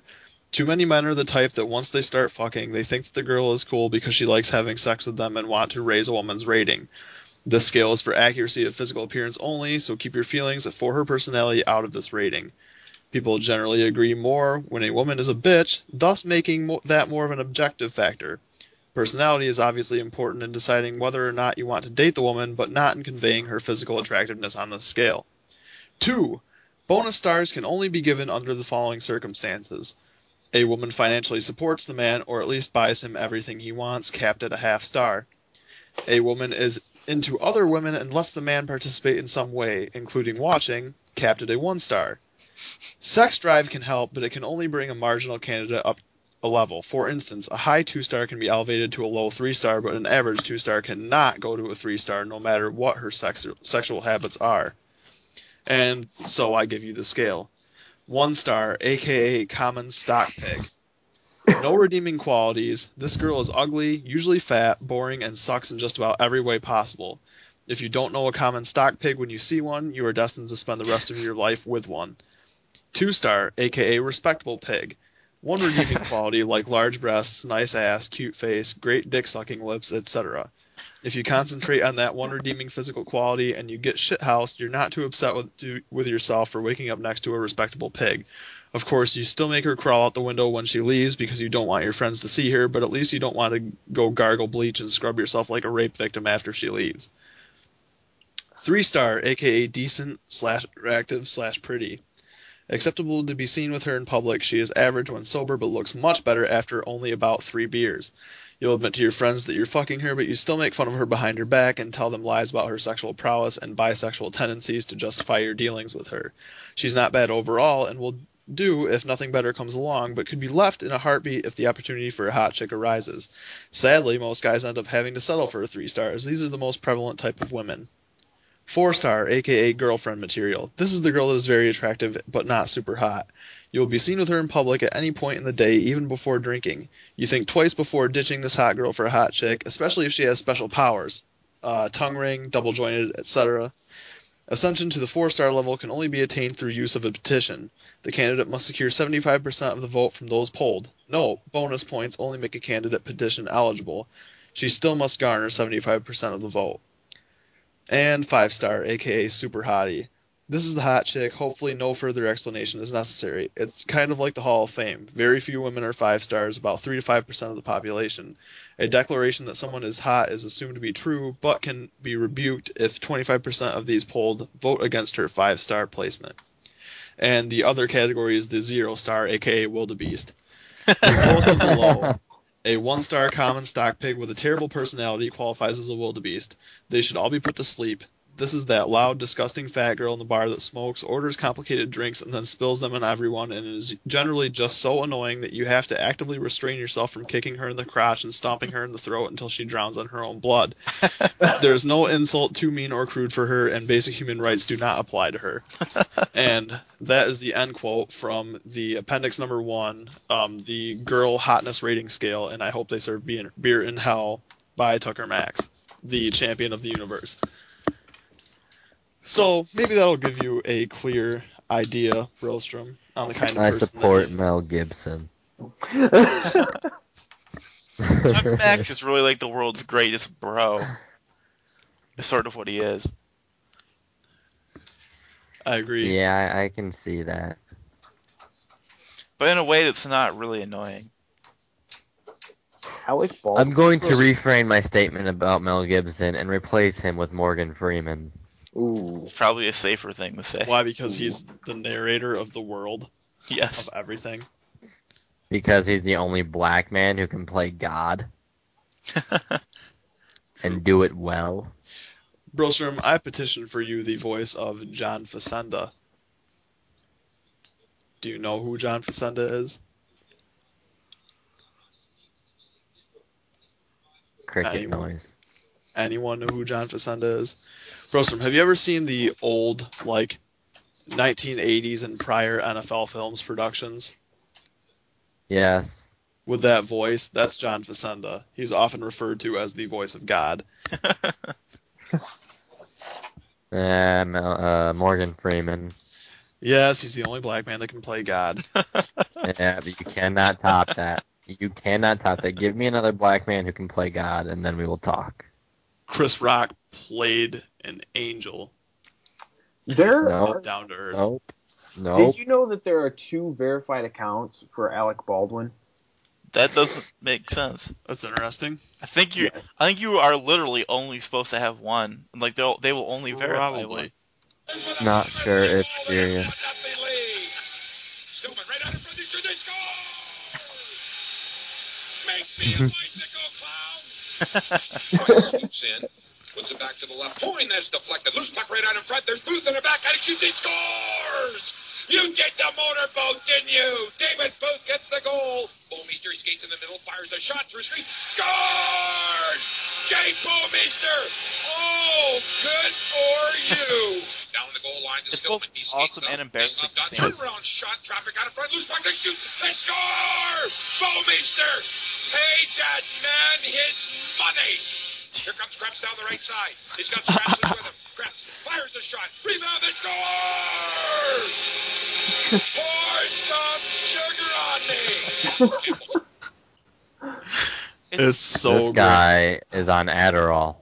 Too many men are the type that once they start fucking, they think that the girl is cool because she likes having sex with them and want to raise a woman's rating. This scale is for accuracy of physical appearance only, so keep your feelings for her personality out of this rating. People generally agree more when a woman is a bitch, thus making mo- that more of an objective factor. Personality is obviously important in deciding whether or not you want to date the woman, but not in conveying her physical attractiveness on the scale. 2. Bonus stars can only be given under the following circumstances. A woman financially supports the man, or at least buys him everything he wants, capped at a half star. A woman is into other women unless the man participate in some way, including watching, capped at a one star. Sex drive can help, but it can only bring a marginal candidate up a level. For instance, a high two star can be elevated to a low three star, but an average two star cannot go to a three star no matter what her sex- sexual habits are. And so I give you the scale. One star, aka common stock pig. No redeeming qualities. This girl is ugly, usually fat, boring, and sucks in just about every way possible. If you don't know a common stock pig when you see one, you are destined to spend the rest of your life with one two star, aka respectable pig. One redeeming quality like large breasts, nice ass, cute face, great dick sucking lips, etc. If you concentrate on that one redeeming physical quality and you get shithoused, you're not too upset with, to, with yourself for waking up next to a respectable pig. Of course, you still make her crawl out the window when she leaves because you don't want your friends to see her, but at least you don't want to go gargle bleach and scrub yourself like a rape victim after she leaves. Three star, aka decent slash active slash pretty. Acceptable to be seen with her in public, she is average when sober but looks much better after only about three beers. You'll admit to your friends that you're fucking her, but you still make fun of her behind her back and tell them lies about her sexual prowess and bisexual tendencies to justify your dealings with her. She's not bad overall and will do if nothing better comes along, but can be left in a heartbeat if the opportunity for a hot chick arises. Sadly, most guys end up having to settle for a three star, as these are the most prevalent type of women. Four star, aka girlfriend material. This is the girl that is very attractive but not super hot. You will be seen with her in public at any point in the day, even before drinking. You think twice before ditching this hot girl for a hot chick, especially if she has special powers uh, tongue ring, double jointed, etc. Ascension to the four star level can only be attained through use of a petition. The candidate must secure 75% of the vote from those polled. No, bonus points only make a candidate petition eligible. She still must garner 75% of the vote. And five star, aka super hottie. This is the hot chick. Hopefully, no further explanation is necessary. It's kind of like the Hall of Fame. Very few women are five stars, about 3 to 5% of the population. A declaration that someone is hot is assumed to be true, but can be rebuked if 25% of these polled vote against her five star placement. And the other category is the zero star, aka wildebeest. The lowest of the low. A one star common stock pig with a terrible personality qualifies as a wildebeest. They should all be put to sleep. This is that loud, disgusting fat girl in the bar that smokes, orders complicated drinks, and then spills them on everyone, and is generally just so annoying that you have to actively restrain yourself from kicking her in the crotch and stomping her in the throat until she drowns in her own blood. there is no insult too mean or crude for her, and basic human rights do not apply to her. and that is the end quote from the appendix number one, um, the girl hotness rating scale, and I hope they serve beer beer in hell by Tucker Max, the champion of the universe. So maybe that'll give you a clear idea, Brostrom, on the kind of I person that support he is. Mel Gibson. Tucker Max is really like the world's greatest bro. Is sort of what he is. I agree. yeah, I, I can see that. But in a way that's not really annoying. Alec Baldwin. I'm going to reframe my statement about Mel Gibson and replace him with Morgan Freeman. Ooh. It's probably a safer thing to say. Why? Because he's the narrator of the world of Yes. everything. Because he's the only black man who can play God and do it well. Brostrom, I petition for you the voice of John Facenda. Do you know who John Facenda is? Cricket Anyone. noise. Anyone know who John Facenda is? Brostrom, have you ever seen the old like 1980s and prior NFL films productions? Yes. with that voice, that's John Facenda. He's often referred to as the voice of God. Uh, Mel, uh, Morgan Freeman. Yes, he's the only black man that can play God. Yeah, but you cannot top that. You cannot top that. Give me another black man who can play God, and then we will talk. Chris Rock played an angel There No. are- down to earth. Nope. Nope. Did you know that there are two verified accounts for Alec Baldwin? That doesn't make sense. That's interesting. I think you I think you are literally only supposed to have one. Like they'll they will only verify one. Probably. Not sure it's serious. Stupid, right out in front of you, shoot, they score! Make me a bicycle clown! Price scoops in, puts it back to the left. Point that's deflected. Loose puck right out in front. There's Booth in the back. And he shoots. He scores! You did the motorboat, didn't you? David Booth gets the goal. Bomeister skates in the middle, fires a shot through screen. Scores! Jay Bomeister! Oh, good for you! Down the goal line to It's Stillman. both He skates awesome up. and embarrassing He's left on things. turnaround shot. Traffic out in front. Loose puck. They shoot. They score! Bomeister! Pay that man his money! Here comes Krebs down the right side. He's got Strasser with him. Krebs fires a shot. Rebound and scores! Pour some sugar on me! It's- It's, so this great. guy is on Adderall.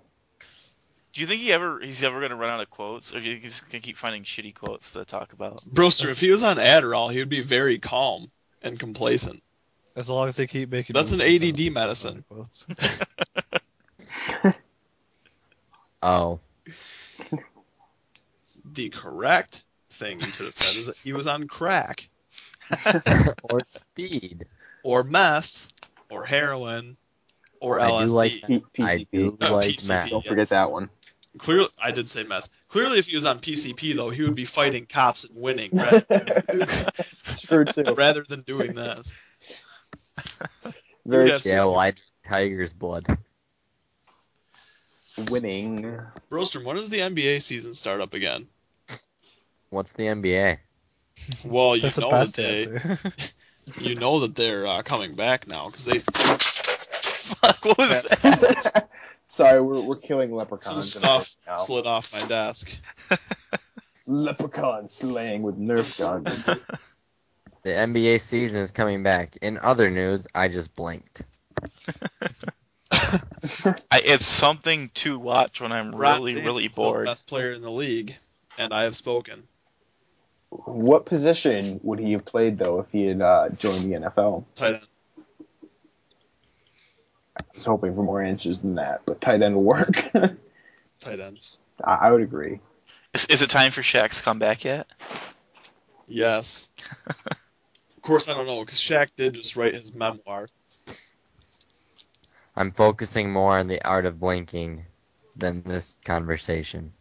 do you think he ever he's ever gonna run out of quotes, or do you think he's gonna keep finding shitty quotes to talk about? Broster, if he was on Adderall, he would be very calm and complacent. As long as they keep making. That's an movies, ADD uh, medicine. quotes. Oh, The correct thing you could have said is that he was on crack or speed. or meth or heroin or I do LSD. like P- Oh, I Oh, do PCP. Uh, like PCP. meth. Don't forget that one. Clearly, I did say meth. Clearly, if he was on PCP though, he would be fighting cops and winning rather, True too. rather than doing this. Very Yeah. true. Yeah, well, I drink tiger's blood. Winning. Brostrom, when does the NBA season start up again? What's the NBA? Well, you That's the know that best they, answer. you know that they're uh, coming back now because they. Fuck! What was that? Sorry, we're, we're killing leprechauns. Some stuff. now. Slid off my desk. Leprechaun slaying with Nerf guns. The NBA season is coming back. In other news, I just blinked. I, it's something to watch when I'm Ron really, James really is still the bored. best player in the league, and I have spoken. What position would he have played though if he had uh, joined the NFL? Tight end. I was hoping for more answers than that, but tight end will work. I, Tight end. I would agree. Is, is it time for Shaq's comeback yet? Yes. of course, I don't know because Shaq did just write his memoir. I'm focusing more on the art of blinking than this conversation.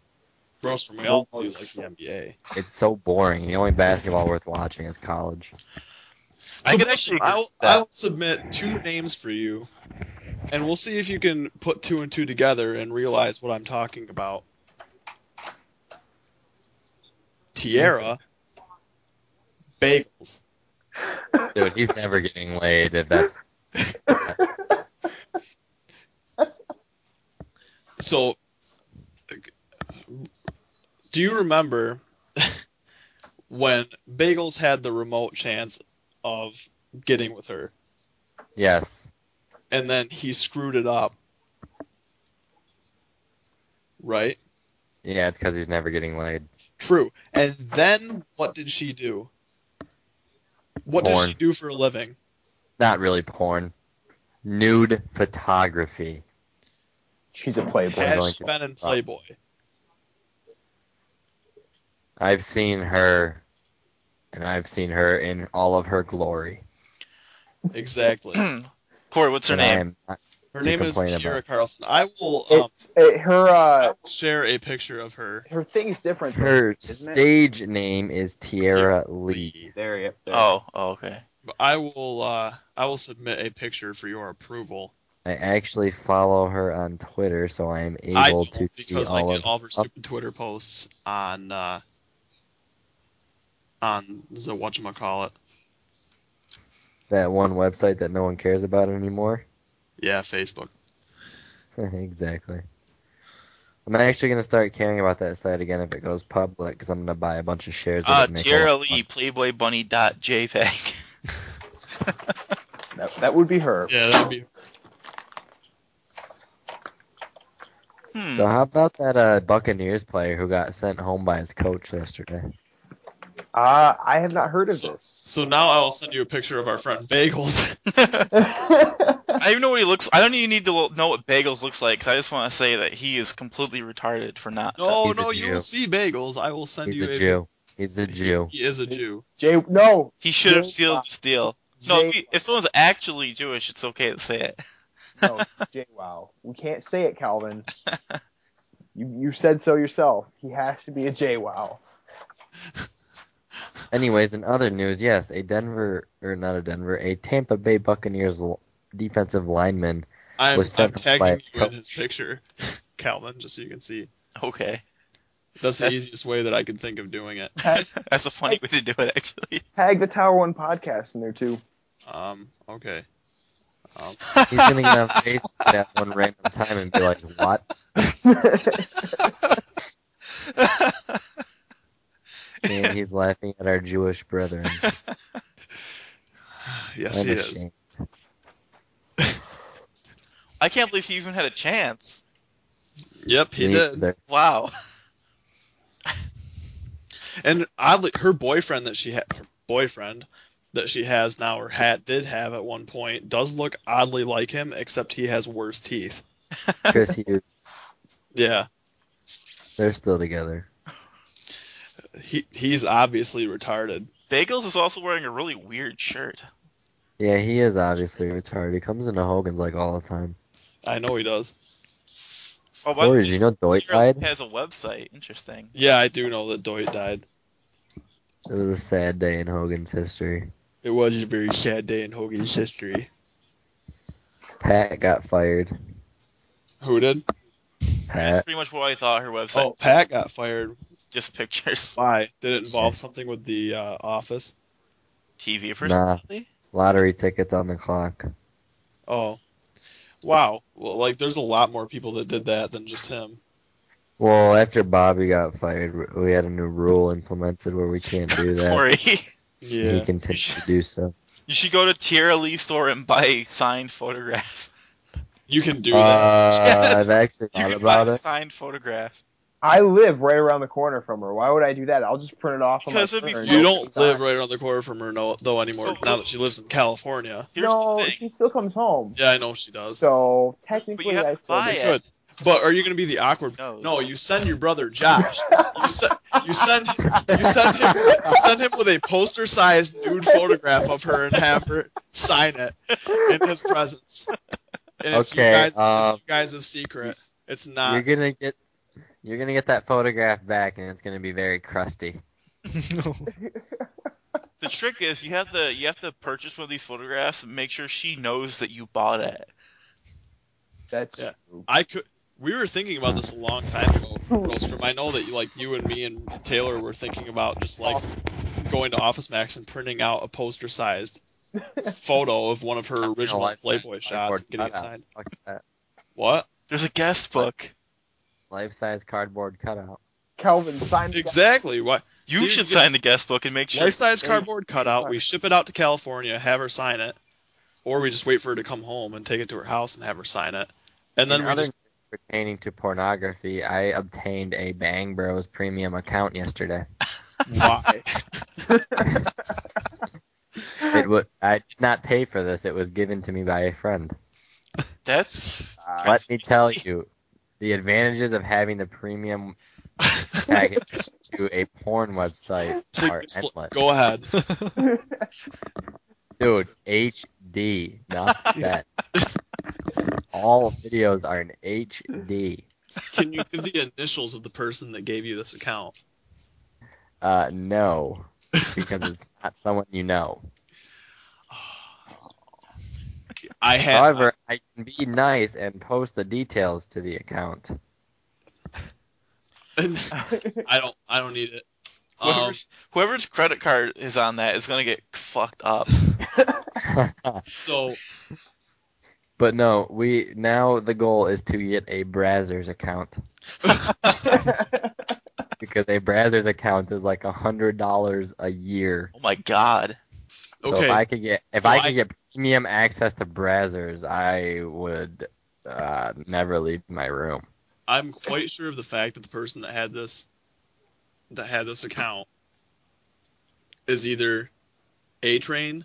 Brostrom, we all know you like the NBA. It's so boring. The only basketball worth watching is college. I So can Brostrom, actually. I'll, I'll submit two names for you, and we'll see if you can put two and two together and realize what I'm talking about. Tierra bagels. Dude, he's never getting laid if that's So, do you remember when bagels had the remote chance of getting with her, yes. and then he screwed it up? Right. Yeah, it's because he's never getting laid. True. And then what did she do? What does Porn. she do for a living? Not really porn. Nude photography. She's a playboy. Has- Has like uh, she it. been in Playboy? I've seen her, and I've seen her in all of her glory. Exactly. Corey, what's her And I name? am not- Her To name is complain Tiara about. Carlson. I will um, It's it, her uh share a picture of her. her thing's different. though, Her isn't it? stage name is Tiara Lee. There, yep. There. Oh, oh, okay. But I will uh, I will submit a picture for your approval. I actually follow her on Twitter, so I am I able to don't see because I all get of. all of her stupid Twitter posts on uh, on the whatchamacallit. that one website that no one cares about anymore. Yeah, Facebook. exactly. I'm actually going to start caring about that site again if it goes public because I'm going to buy a bunch of shares. of Uh, it and make a Tierra lot of Lee, E playboybunny.jpg. That, that would be her. Yeah, that'd be money. hmm. So how about that uh, Buccaneers player who got sent home by his coach yesterday? Uh, I have not heard of So- this. So now I will send you a picture of our friend Bagels. I don't even know what he looks. I don't even need to lo- know what Bagels looks like. 'cause I just want to say that he is completely retarded for not. No, He's a no, you Jew. will see Bagels. I will send He's you a Jew. He's a Jew. He is a Jew. Jay, no, He should have Jay- sealed this deal. No, Jay- if, he, if someone's actually Jewish, it's okay to say it. no, Jay. Wow, we can't say it, Calvin. You you said so yourself. He has to be a Jay. Wow. Anyways, in other news, yes, a Denver or not a Denver, a Tampa Bay Buccaneers l- defensive lineman. I'm, Was I'm sent by tagging a you in coach. his picture, Calvin, just so you can see. Okay, That's the That's- easiest way that I could think of doing it. that's a funny way to do it, actually. Tag the Tower One podcast in there too. Um, okay. Um, He's gonna get on Facebook at one random time and be like, "What? And he's laughing at our Jewish brethren. yes, he I'm is. ashamed. I can't believe he even had a chance. Yep, he Me did. either. Wow. And oddly, her boyfriend that she had, her boyfriend that she has now, or hat did have at one point, does look oddly like him, except he has worse teeth. Chris Hughes. Yeah, They're still together. he he's obviously retarded. Bagels is also wearing a really weird shirt. Yeah, he is obviously retarded. He comes into Hogan's like all the time. I know he does. Oh, by the Or way, did you know Deutsch Sierra Leone died? has a website. Interesting. Yeah, I do know that Doit died. It was a sad day in Hogan's history. It was a very sad day in Hogan's history. Pat got fired. Who did? That's Pat. pretty much what I thought her website. Oh, Pat got fired. Just pictures, Why? Did it involve something with the uh, office? TV personality. Lottery tickets on the clock. Oh. Wow. Well, like, there's a lot more people that did that than just him. Well, after Bobby got fired, we had a new rule implemented where we can't do Don't that. worry. and He Yeah. continued to do so. You should go to Tierra Lee store and buy a signed photograph. You can do that. Uh, Yes. I've actually You thought can buy about a it. signed photograph. I live right around the corner from her. Why would I do that? I'll just print it off. on my Because it'd be printer and You go don't outside. live right around the corner from her, no, though, anymore, now that she lives in California. Here's no, the thing. she still comes home. Yeah, I know she does. So But technically, you have I to still buy do. it. Good. But are you going to be the awkward? No. No, you send your brother Josh. You, se- you send you send him you send him with a poster sized nude photograph of her and have her sign it in his presence. And it's Okay, you guys uh, it's you guys' secret. It's You're not gonna get, you're gonna get that photograph back, and it's gonna be very crusty. The trick is you have to you have to purchase one of these photographs and make sure she knows that you bought it. That's Yeah. I could we were thinking about this a long time ago, Rostrom. I know that you like you and me and Taylor were thinking about just like going to Office Max and printing out a poster sized photo of one of her original life- Playboy shots and getting it signed. Fuck that. What? There's a guest book. Life-size cardboard cutout. Calvin signed. it. Exactly. What? You Dude, should you- sign the guest book and make sure. Life size cardboard cutout. We ship it out to California, have her sign it, or we just wait for her to come home and take it to her house and have her sign it. And then In we other just, news pertaining to pornography, I obtained a Bang Bros premium account yesterday. why? It wa I did not pay for this. It was given to me by a friend. That's Let me tell you, the advantages of having the premium package to a porn website are Please, endless. go ahead. Dude, HD, not that. All videos are in HD. Can you give the initials of the person that gave you this account? Uh, no, because it's not someone you know. I had. However, I can be nice and post the details to the account. I don't. I don't need it. Um, whoever's, whoever's credit card is on that is gonna get fucked up. so but no, we now the goal is to get a Brazzers account because a Brazzers account is like a hundred dollars a year. Oh my god. So okay. if I could get if So I could I- get premium access to Brazzers, I would uh, never leave my room. I'm quite sure of the fact that the person that had this that had this account is either A Train,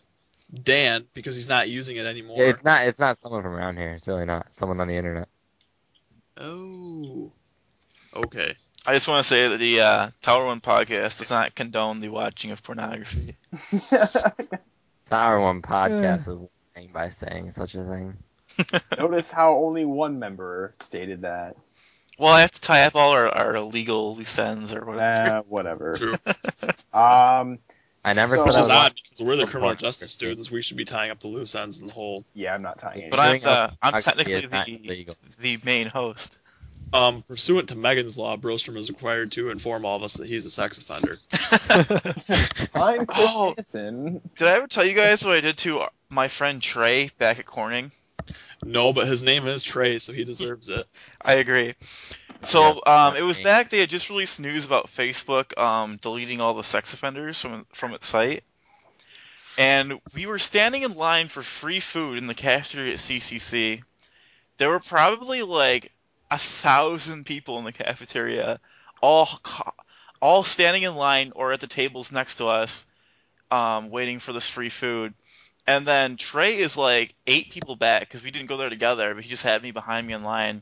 Dan, because he's not using it anymore. Yeah, it's not it's not someone from around here. It's really not someone on the internet. Oh. Okay. I just want to say that the uh, Tower One podcast does not condone the watching of pornography. Tower One podcast is lying by saying such a thing. Notice how only one member stated that. Well, I have to tie up all our, our illegal loose ends or whatever. Nah, Eh, whatever. True. Um, I never So- said Which I is was odd because we're the Of criminal course. justice students. We should be tying up the loose ends in the whole. yeah, I'm not tying But it. I'm Doing the I'm pornography is technically not the, illegal. the main host. Um, pursuant to Megan's law, Brostrom is required to inform all of us that he's a sex offender. I'm Chris Oh. Hansen. Did I ever tell you guys what I did to my friend Trey back at Corning? No, but his name is Trey, so he deserves it. I agree. So um, it was back. They had just released news about Facebook um, deleting all the sex offenders from from its site, and we were standing in line for free food in the cafeteria at CCC. There were probably like a thousand people in the cafeteria, all ca- all standing in line or at the tables next to us, um, waiting for this free food. And then Trey is like eight people back because we didn't go there together, but he just had me behind me in line.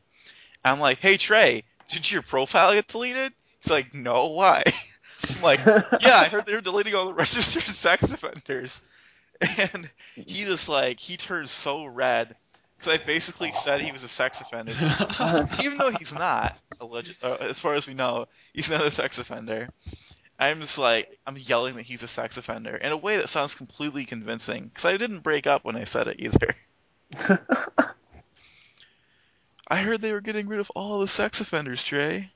I'm like, hey Trey, did your profile get deleted? He's like, no, why? I'm like, yeah, I heard they were deleting all the registered sex offenders. And he just like he turns so red Because I basically said he was a sex offender, even though he's not. Alleged, uh, as far as we know, he's not a sex offender. I'm just like I'm yelling that he's a sex offender in a way that sounds completely convincing. Because I didn't break up when I said it either. I heard they were getting rid of all the sex offenders, Trey.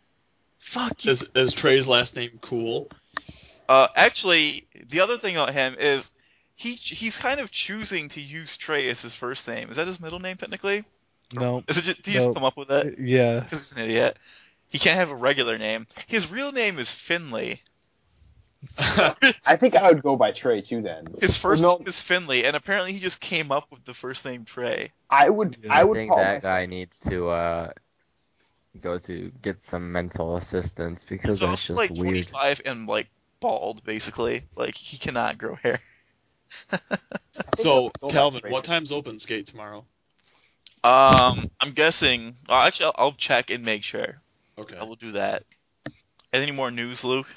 Fuck you. is is Trey's last name cool? Uh, actually, the other thing about him is he he's kind of choosing to use Trey as his first name. Is that his middle name technically? No. Is it just, did you just No. come up with that? Yeah. Because he's an idiot. He can't have a regular name. His real name is Finley. I think I would go by Trey too. Then Oh, His first Well, no. name is Finley, and apparently he just came up with the first name Trey. I would. Yeah, I I would think call that myself- guy needs to uh, go to get some mental assistance because He's Oh, that's also like just weird. 25 and like bald, basically. Like he cannot grow hair. I think I So would go by Calvin, Trey. what time's open skate tomorrow? Um, I'm guessing. well, actually, I'll, I'll check and make sure. Okay. I will do that. Any more news, Luke?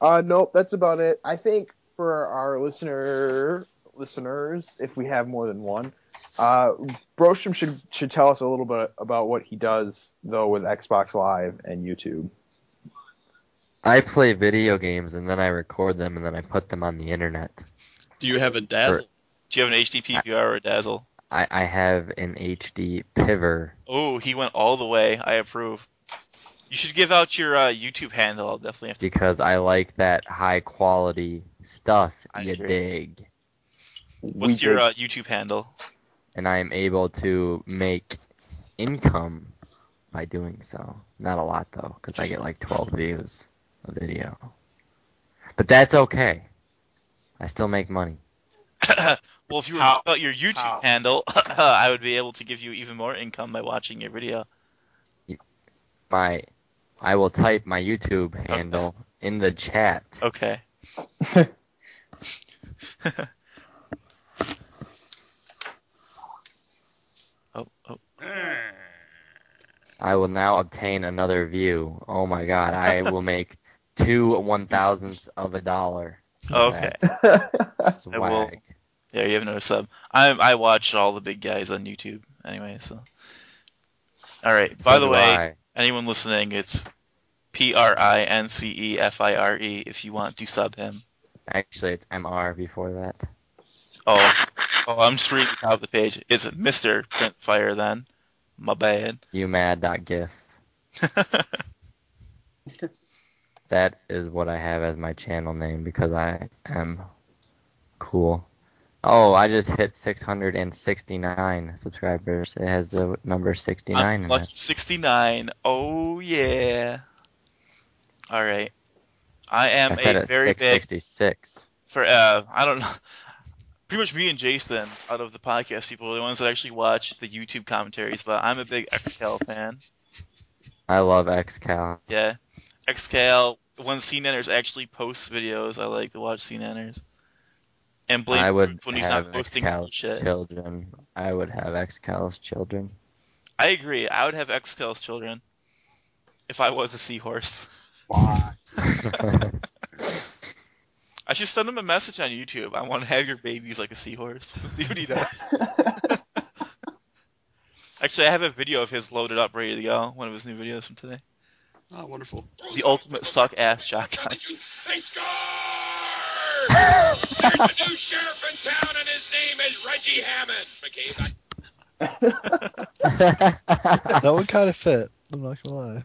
Uh, nope, that's about it. I think for our listener listeners, if we have more than one, uh, Brosham should should tell us a little bit about what he does though with Xbox Live and YouTube. I play video games and then I record them and then I put them on the internet. Do you have a dazzle? Do you have an HDP VR or a Dazzle? I, I have an HD Piver. Oh, he went all the way. I approve. You should give out your uh, YouTube handle. I'll definitely have to. because I like that high quality stuff. I you agree. dig, What's We your did- uh, YouTube handle? and I am able to make income by doing so. Not a lot though, because I get like 12 views a video, but that's okay. I still make money. Well, if you were How? about your YouTube How? handle, I would be able to give you even more income by watching your video. My, I will type my YouTube handle in the chat. Okay. oh, oh. I will now obtain another view. Oh my god, I will make two one thousandths of a dollar. Okay. I will. Swag. Yeah, you have another sub. I I watch all the big guys on YouTube anyway. So, all right. By So the do way, I. anyone listening, it's P R I N C E F I R E. If you want to sub him. Actually, it's MR before that. Oh, oh, I'm just reading the top of the page. It's Mr. Prince Fire. Then, my bad. UMad.gif. That is what I have as my channel name because I am cool. Oh, I just hit 669 subscribers. It has the number 69 I'm in lucky it. 69. Oh yeah. All right. I am I said a it's very big 666. for uh, I don't know. Pretty much me and Jason out of the podcast people are the ones that actually watch the YouTube commentaries, but I'm a big XCal fan. I love XCal. Yeah. XCal, when CNNers actually posts videos, I like to watch CNNers. And blame I would Groot when he's have not posting XCal's shit. children. I would have XCal's children. I agree. I would have XCal's children if I was a seahorse. uh, Why? I should send him a message on YouTube. I want to have your babies like a seahorse. See what he does. Actually, I have a video of his loaded up, ready to go. One of his new videos from today. Oh, wonderful. The ultimate suck ass shotgun. They scored! There's a new sheriff in town, and his name is Reggie Hammond. McCabe, I that would kind of fit. I'm not gonna lie.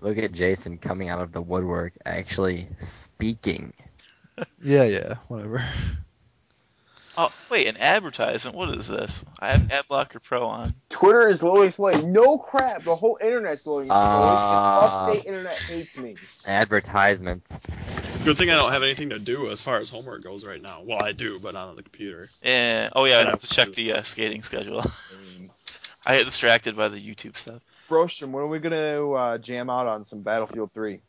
Look at Jason coming out of the woodwork, actually speaking. Yeah, yeah, whatever. Oh wait, an advertisement. What is this? I have AdBlocker Pro on. Twitter is loading slowly. No crap. The whole internet's loading slowly. Ah. the upstate internet hates me. Advertisements. Good thing I don't have anything to do as far as homework goes right now. Well, I do, but not on the computer. Eh, oh yeah, I have to check the uh, skating schedule. I get distracted by the YouTube stuff. Brosham, when are we gonna uh, jam out on some Battlefield Three?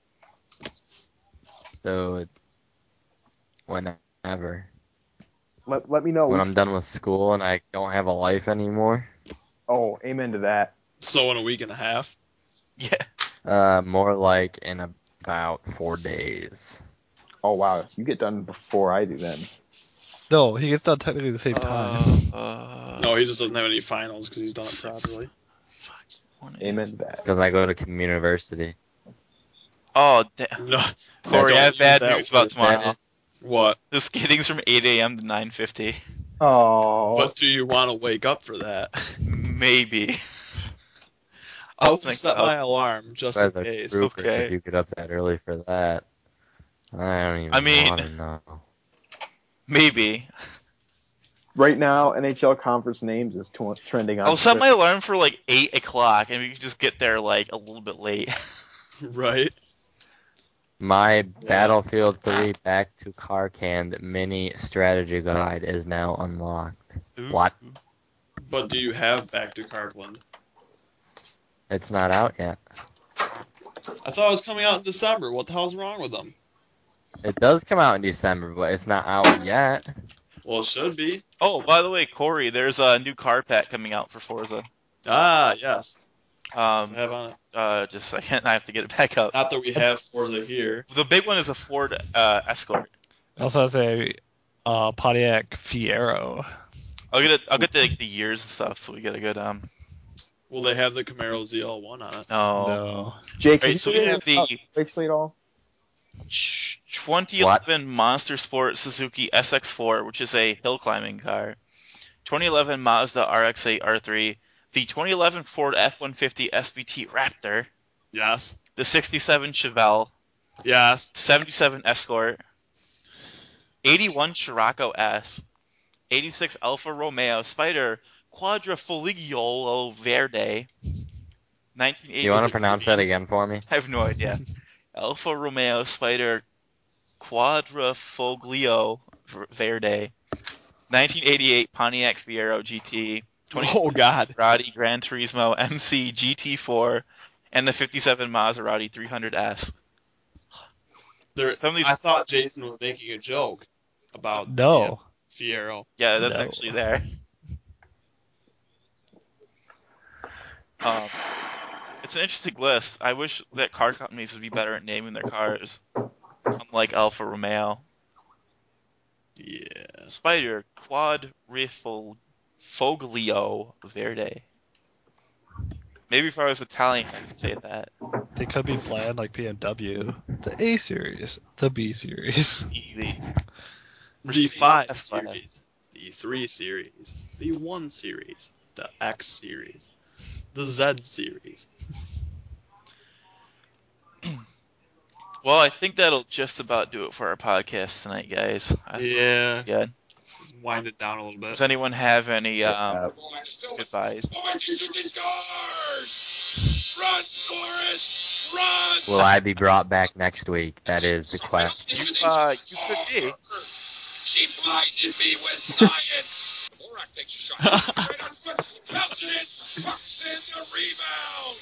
So it- whenever. Let let me know. When I'm done with school and I don't have a life anymore. oh, amen to that. So in a week and a half. Yeah. Uh more like in about four days. Oh wow, you get done before I do then. No, he gets done technically the same time. Uh, uh, No, he just doesn't have any finals because he's done it properly. one is- Amen to that. Because I go to community university. Oh, da- No, Corey, don't I have use bad that news about word. tomorrow. What? The skating's from 8 a.m. to 9:50. Oh, But do you want to wake up for that? Maybe. I will don't think so. set my alarm just in That's a case. trooper okay. If you get up that early for that, I don't even I mean- want to know. Maybe. Right now, NHL conference names is t- trending on. I'll set my Twitter. alarm for like 8 o'clock, and we can just get there like a little bit late. Right? My Battlefield 3 Back to Karkand mini strategy guide is now unlocked. Ooh. What? But do you have back to Kirkland? It's not out yet. I thought it was coming out in December. What the hell's wrong with them? It does come out in December, but it's not out yet. Well, it should be. Oh, by the way, Corey, there's a new car pack coming out for Forza. Ah, yes. Um, Let's have on it. uh, just a second, I have to get it back up. Not that we have Forza here. The big one is a Ford uh, Escort. Also has a uh, Pontiac Fiero. I'll get it. I'll get the, like, the years and stuff, so we get a good um. Will they have the Camaro ZL1 on it? No. Oh. No. Jake, Alright, can so you we get have it up the actually at all? ch- 2011 Monster Sport Suzuki SX4, which is a hill climbing car. 2011 Mazda RX-8 R3. The 2011 Ford F-150 SVT Raptor. Yes. The 67 Chevelle. Yes. 77 Escort, 81 Scirocco S, 86 Alfa Romeo Spider Quadrifoligiolo Verde, 1980. You want to pronounce that again for me? I have no idea. Alfa Romeo Spider Quadrifoglio Verde, 1988 Pontiac Fiero GT, 20 Oh, God. Maserati Gran Turismo MC GT4, and the 57 Maserati 300S. There, Some of these- I thought Jason was making a joke about No. the uh, Fiero. Yeah, that's No. actually there. Um, it's an interesting list. I wish that car companies would be better at naming their cars, unlike Alfa Romeo. Yeah. Spider Quadrifoglio Verde. Maybe if I was Italian, I could say that. They could be planned like BMW. The A series, the B series. The- The 5 Mercedes series, the 3 series, the 1 series, the X series, the Z series. Well, I think that'll just about do it for our podcast tonight, guys. I think Yeah, it's good. let's wind it down a little bit. Does anyone have any um, Uh, Roland Stillman. advice? Forward to shoot these scores! Run, Forrest! Run! Will I be brought back next week? That is the question. You, uh, you could be. She blinded me with science. Borak takes a shot. Right on foot. Belts it in. Bucks in the rebound.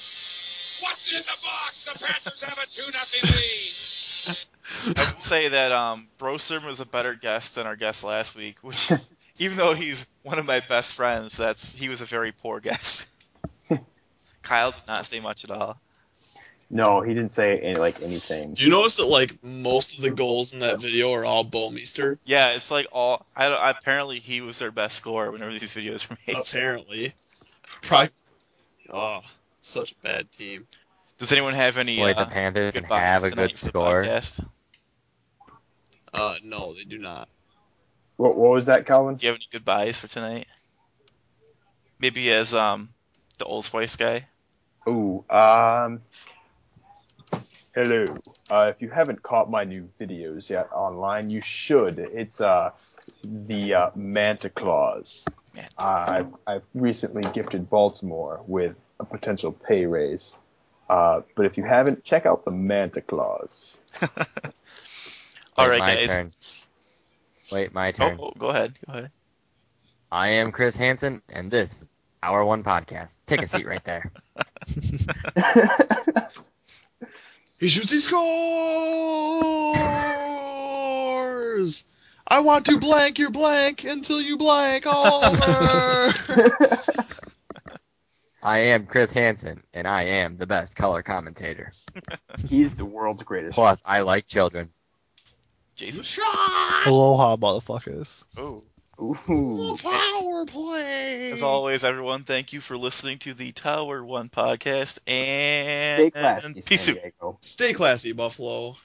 What's in the box? The Panthers have a 2 nothing lead. I would say that um, Broserm was a better guest than our guest last week, which, even though he's one of my best friends, that's he was a very poor guest. Kyle did not say much at all. No, he didn't say any, like anything. Do you notice that like most of the goals in that video are all Bowmeister? Yeah, it's like all. I don't, apparently, he was their best scorer whenever these videos were made. Apparently, probably. Oh, such a bad team. Does anyone have any Wait, uh, the Panthers can good vibes have a tonight good for the score. podcast? Do Uh, no, they do not. What, what was that, Calvin? you have any good buys for tonight? Maybe as um, the Old Spice guy. Ooh, um, hello. Uh, if you haven't caught my new videos yet online, you should. It's uh, the uh, Manta Claus. Manta. Uh, I've, I've recently gifted Baltimore with a potential pay raise. Uh, but if you haven't, check out the Manta Claus. All Wait, right, my guys. turn. Wait, my Oh, turn. oh, go ahead. Go ahead. I am Chris Hansen, and this is Hour One Podcast. Take a seat right there. He shoots, he scores! I want to blank your blank until you blank all over! I am Chris Hansen, and I am the best color commentator. He's the world's greatest. Plus, I like children. Jason. Aloha, motherfuckers. Oh. Ooh. Power play. As always, everyone, thank you for listening to the Tower One podcast and Stay classy, San peace. Diego. Stay classy, Buffalo.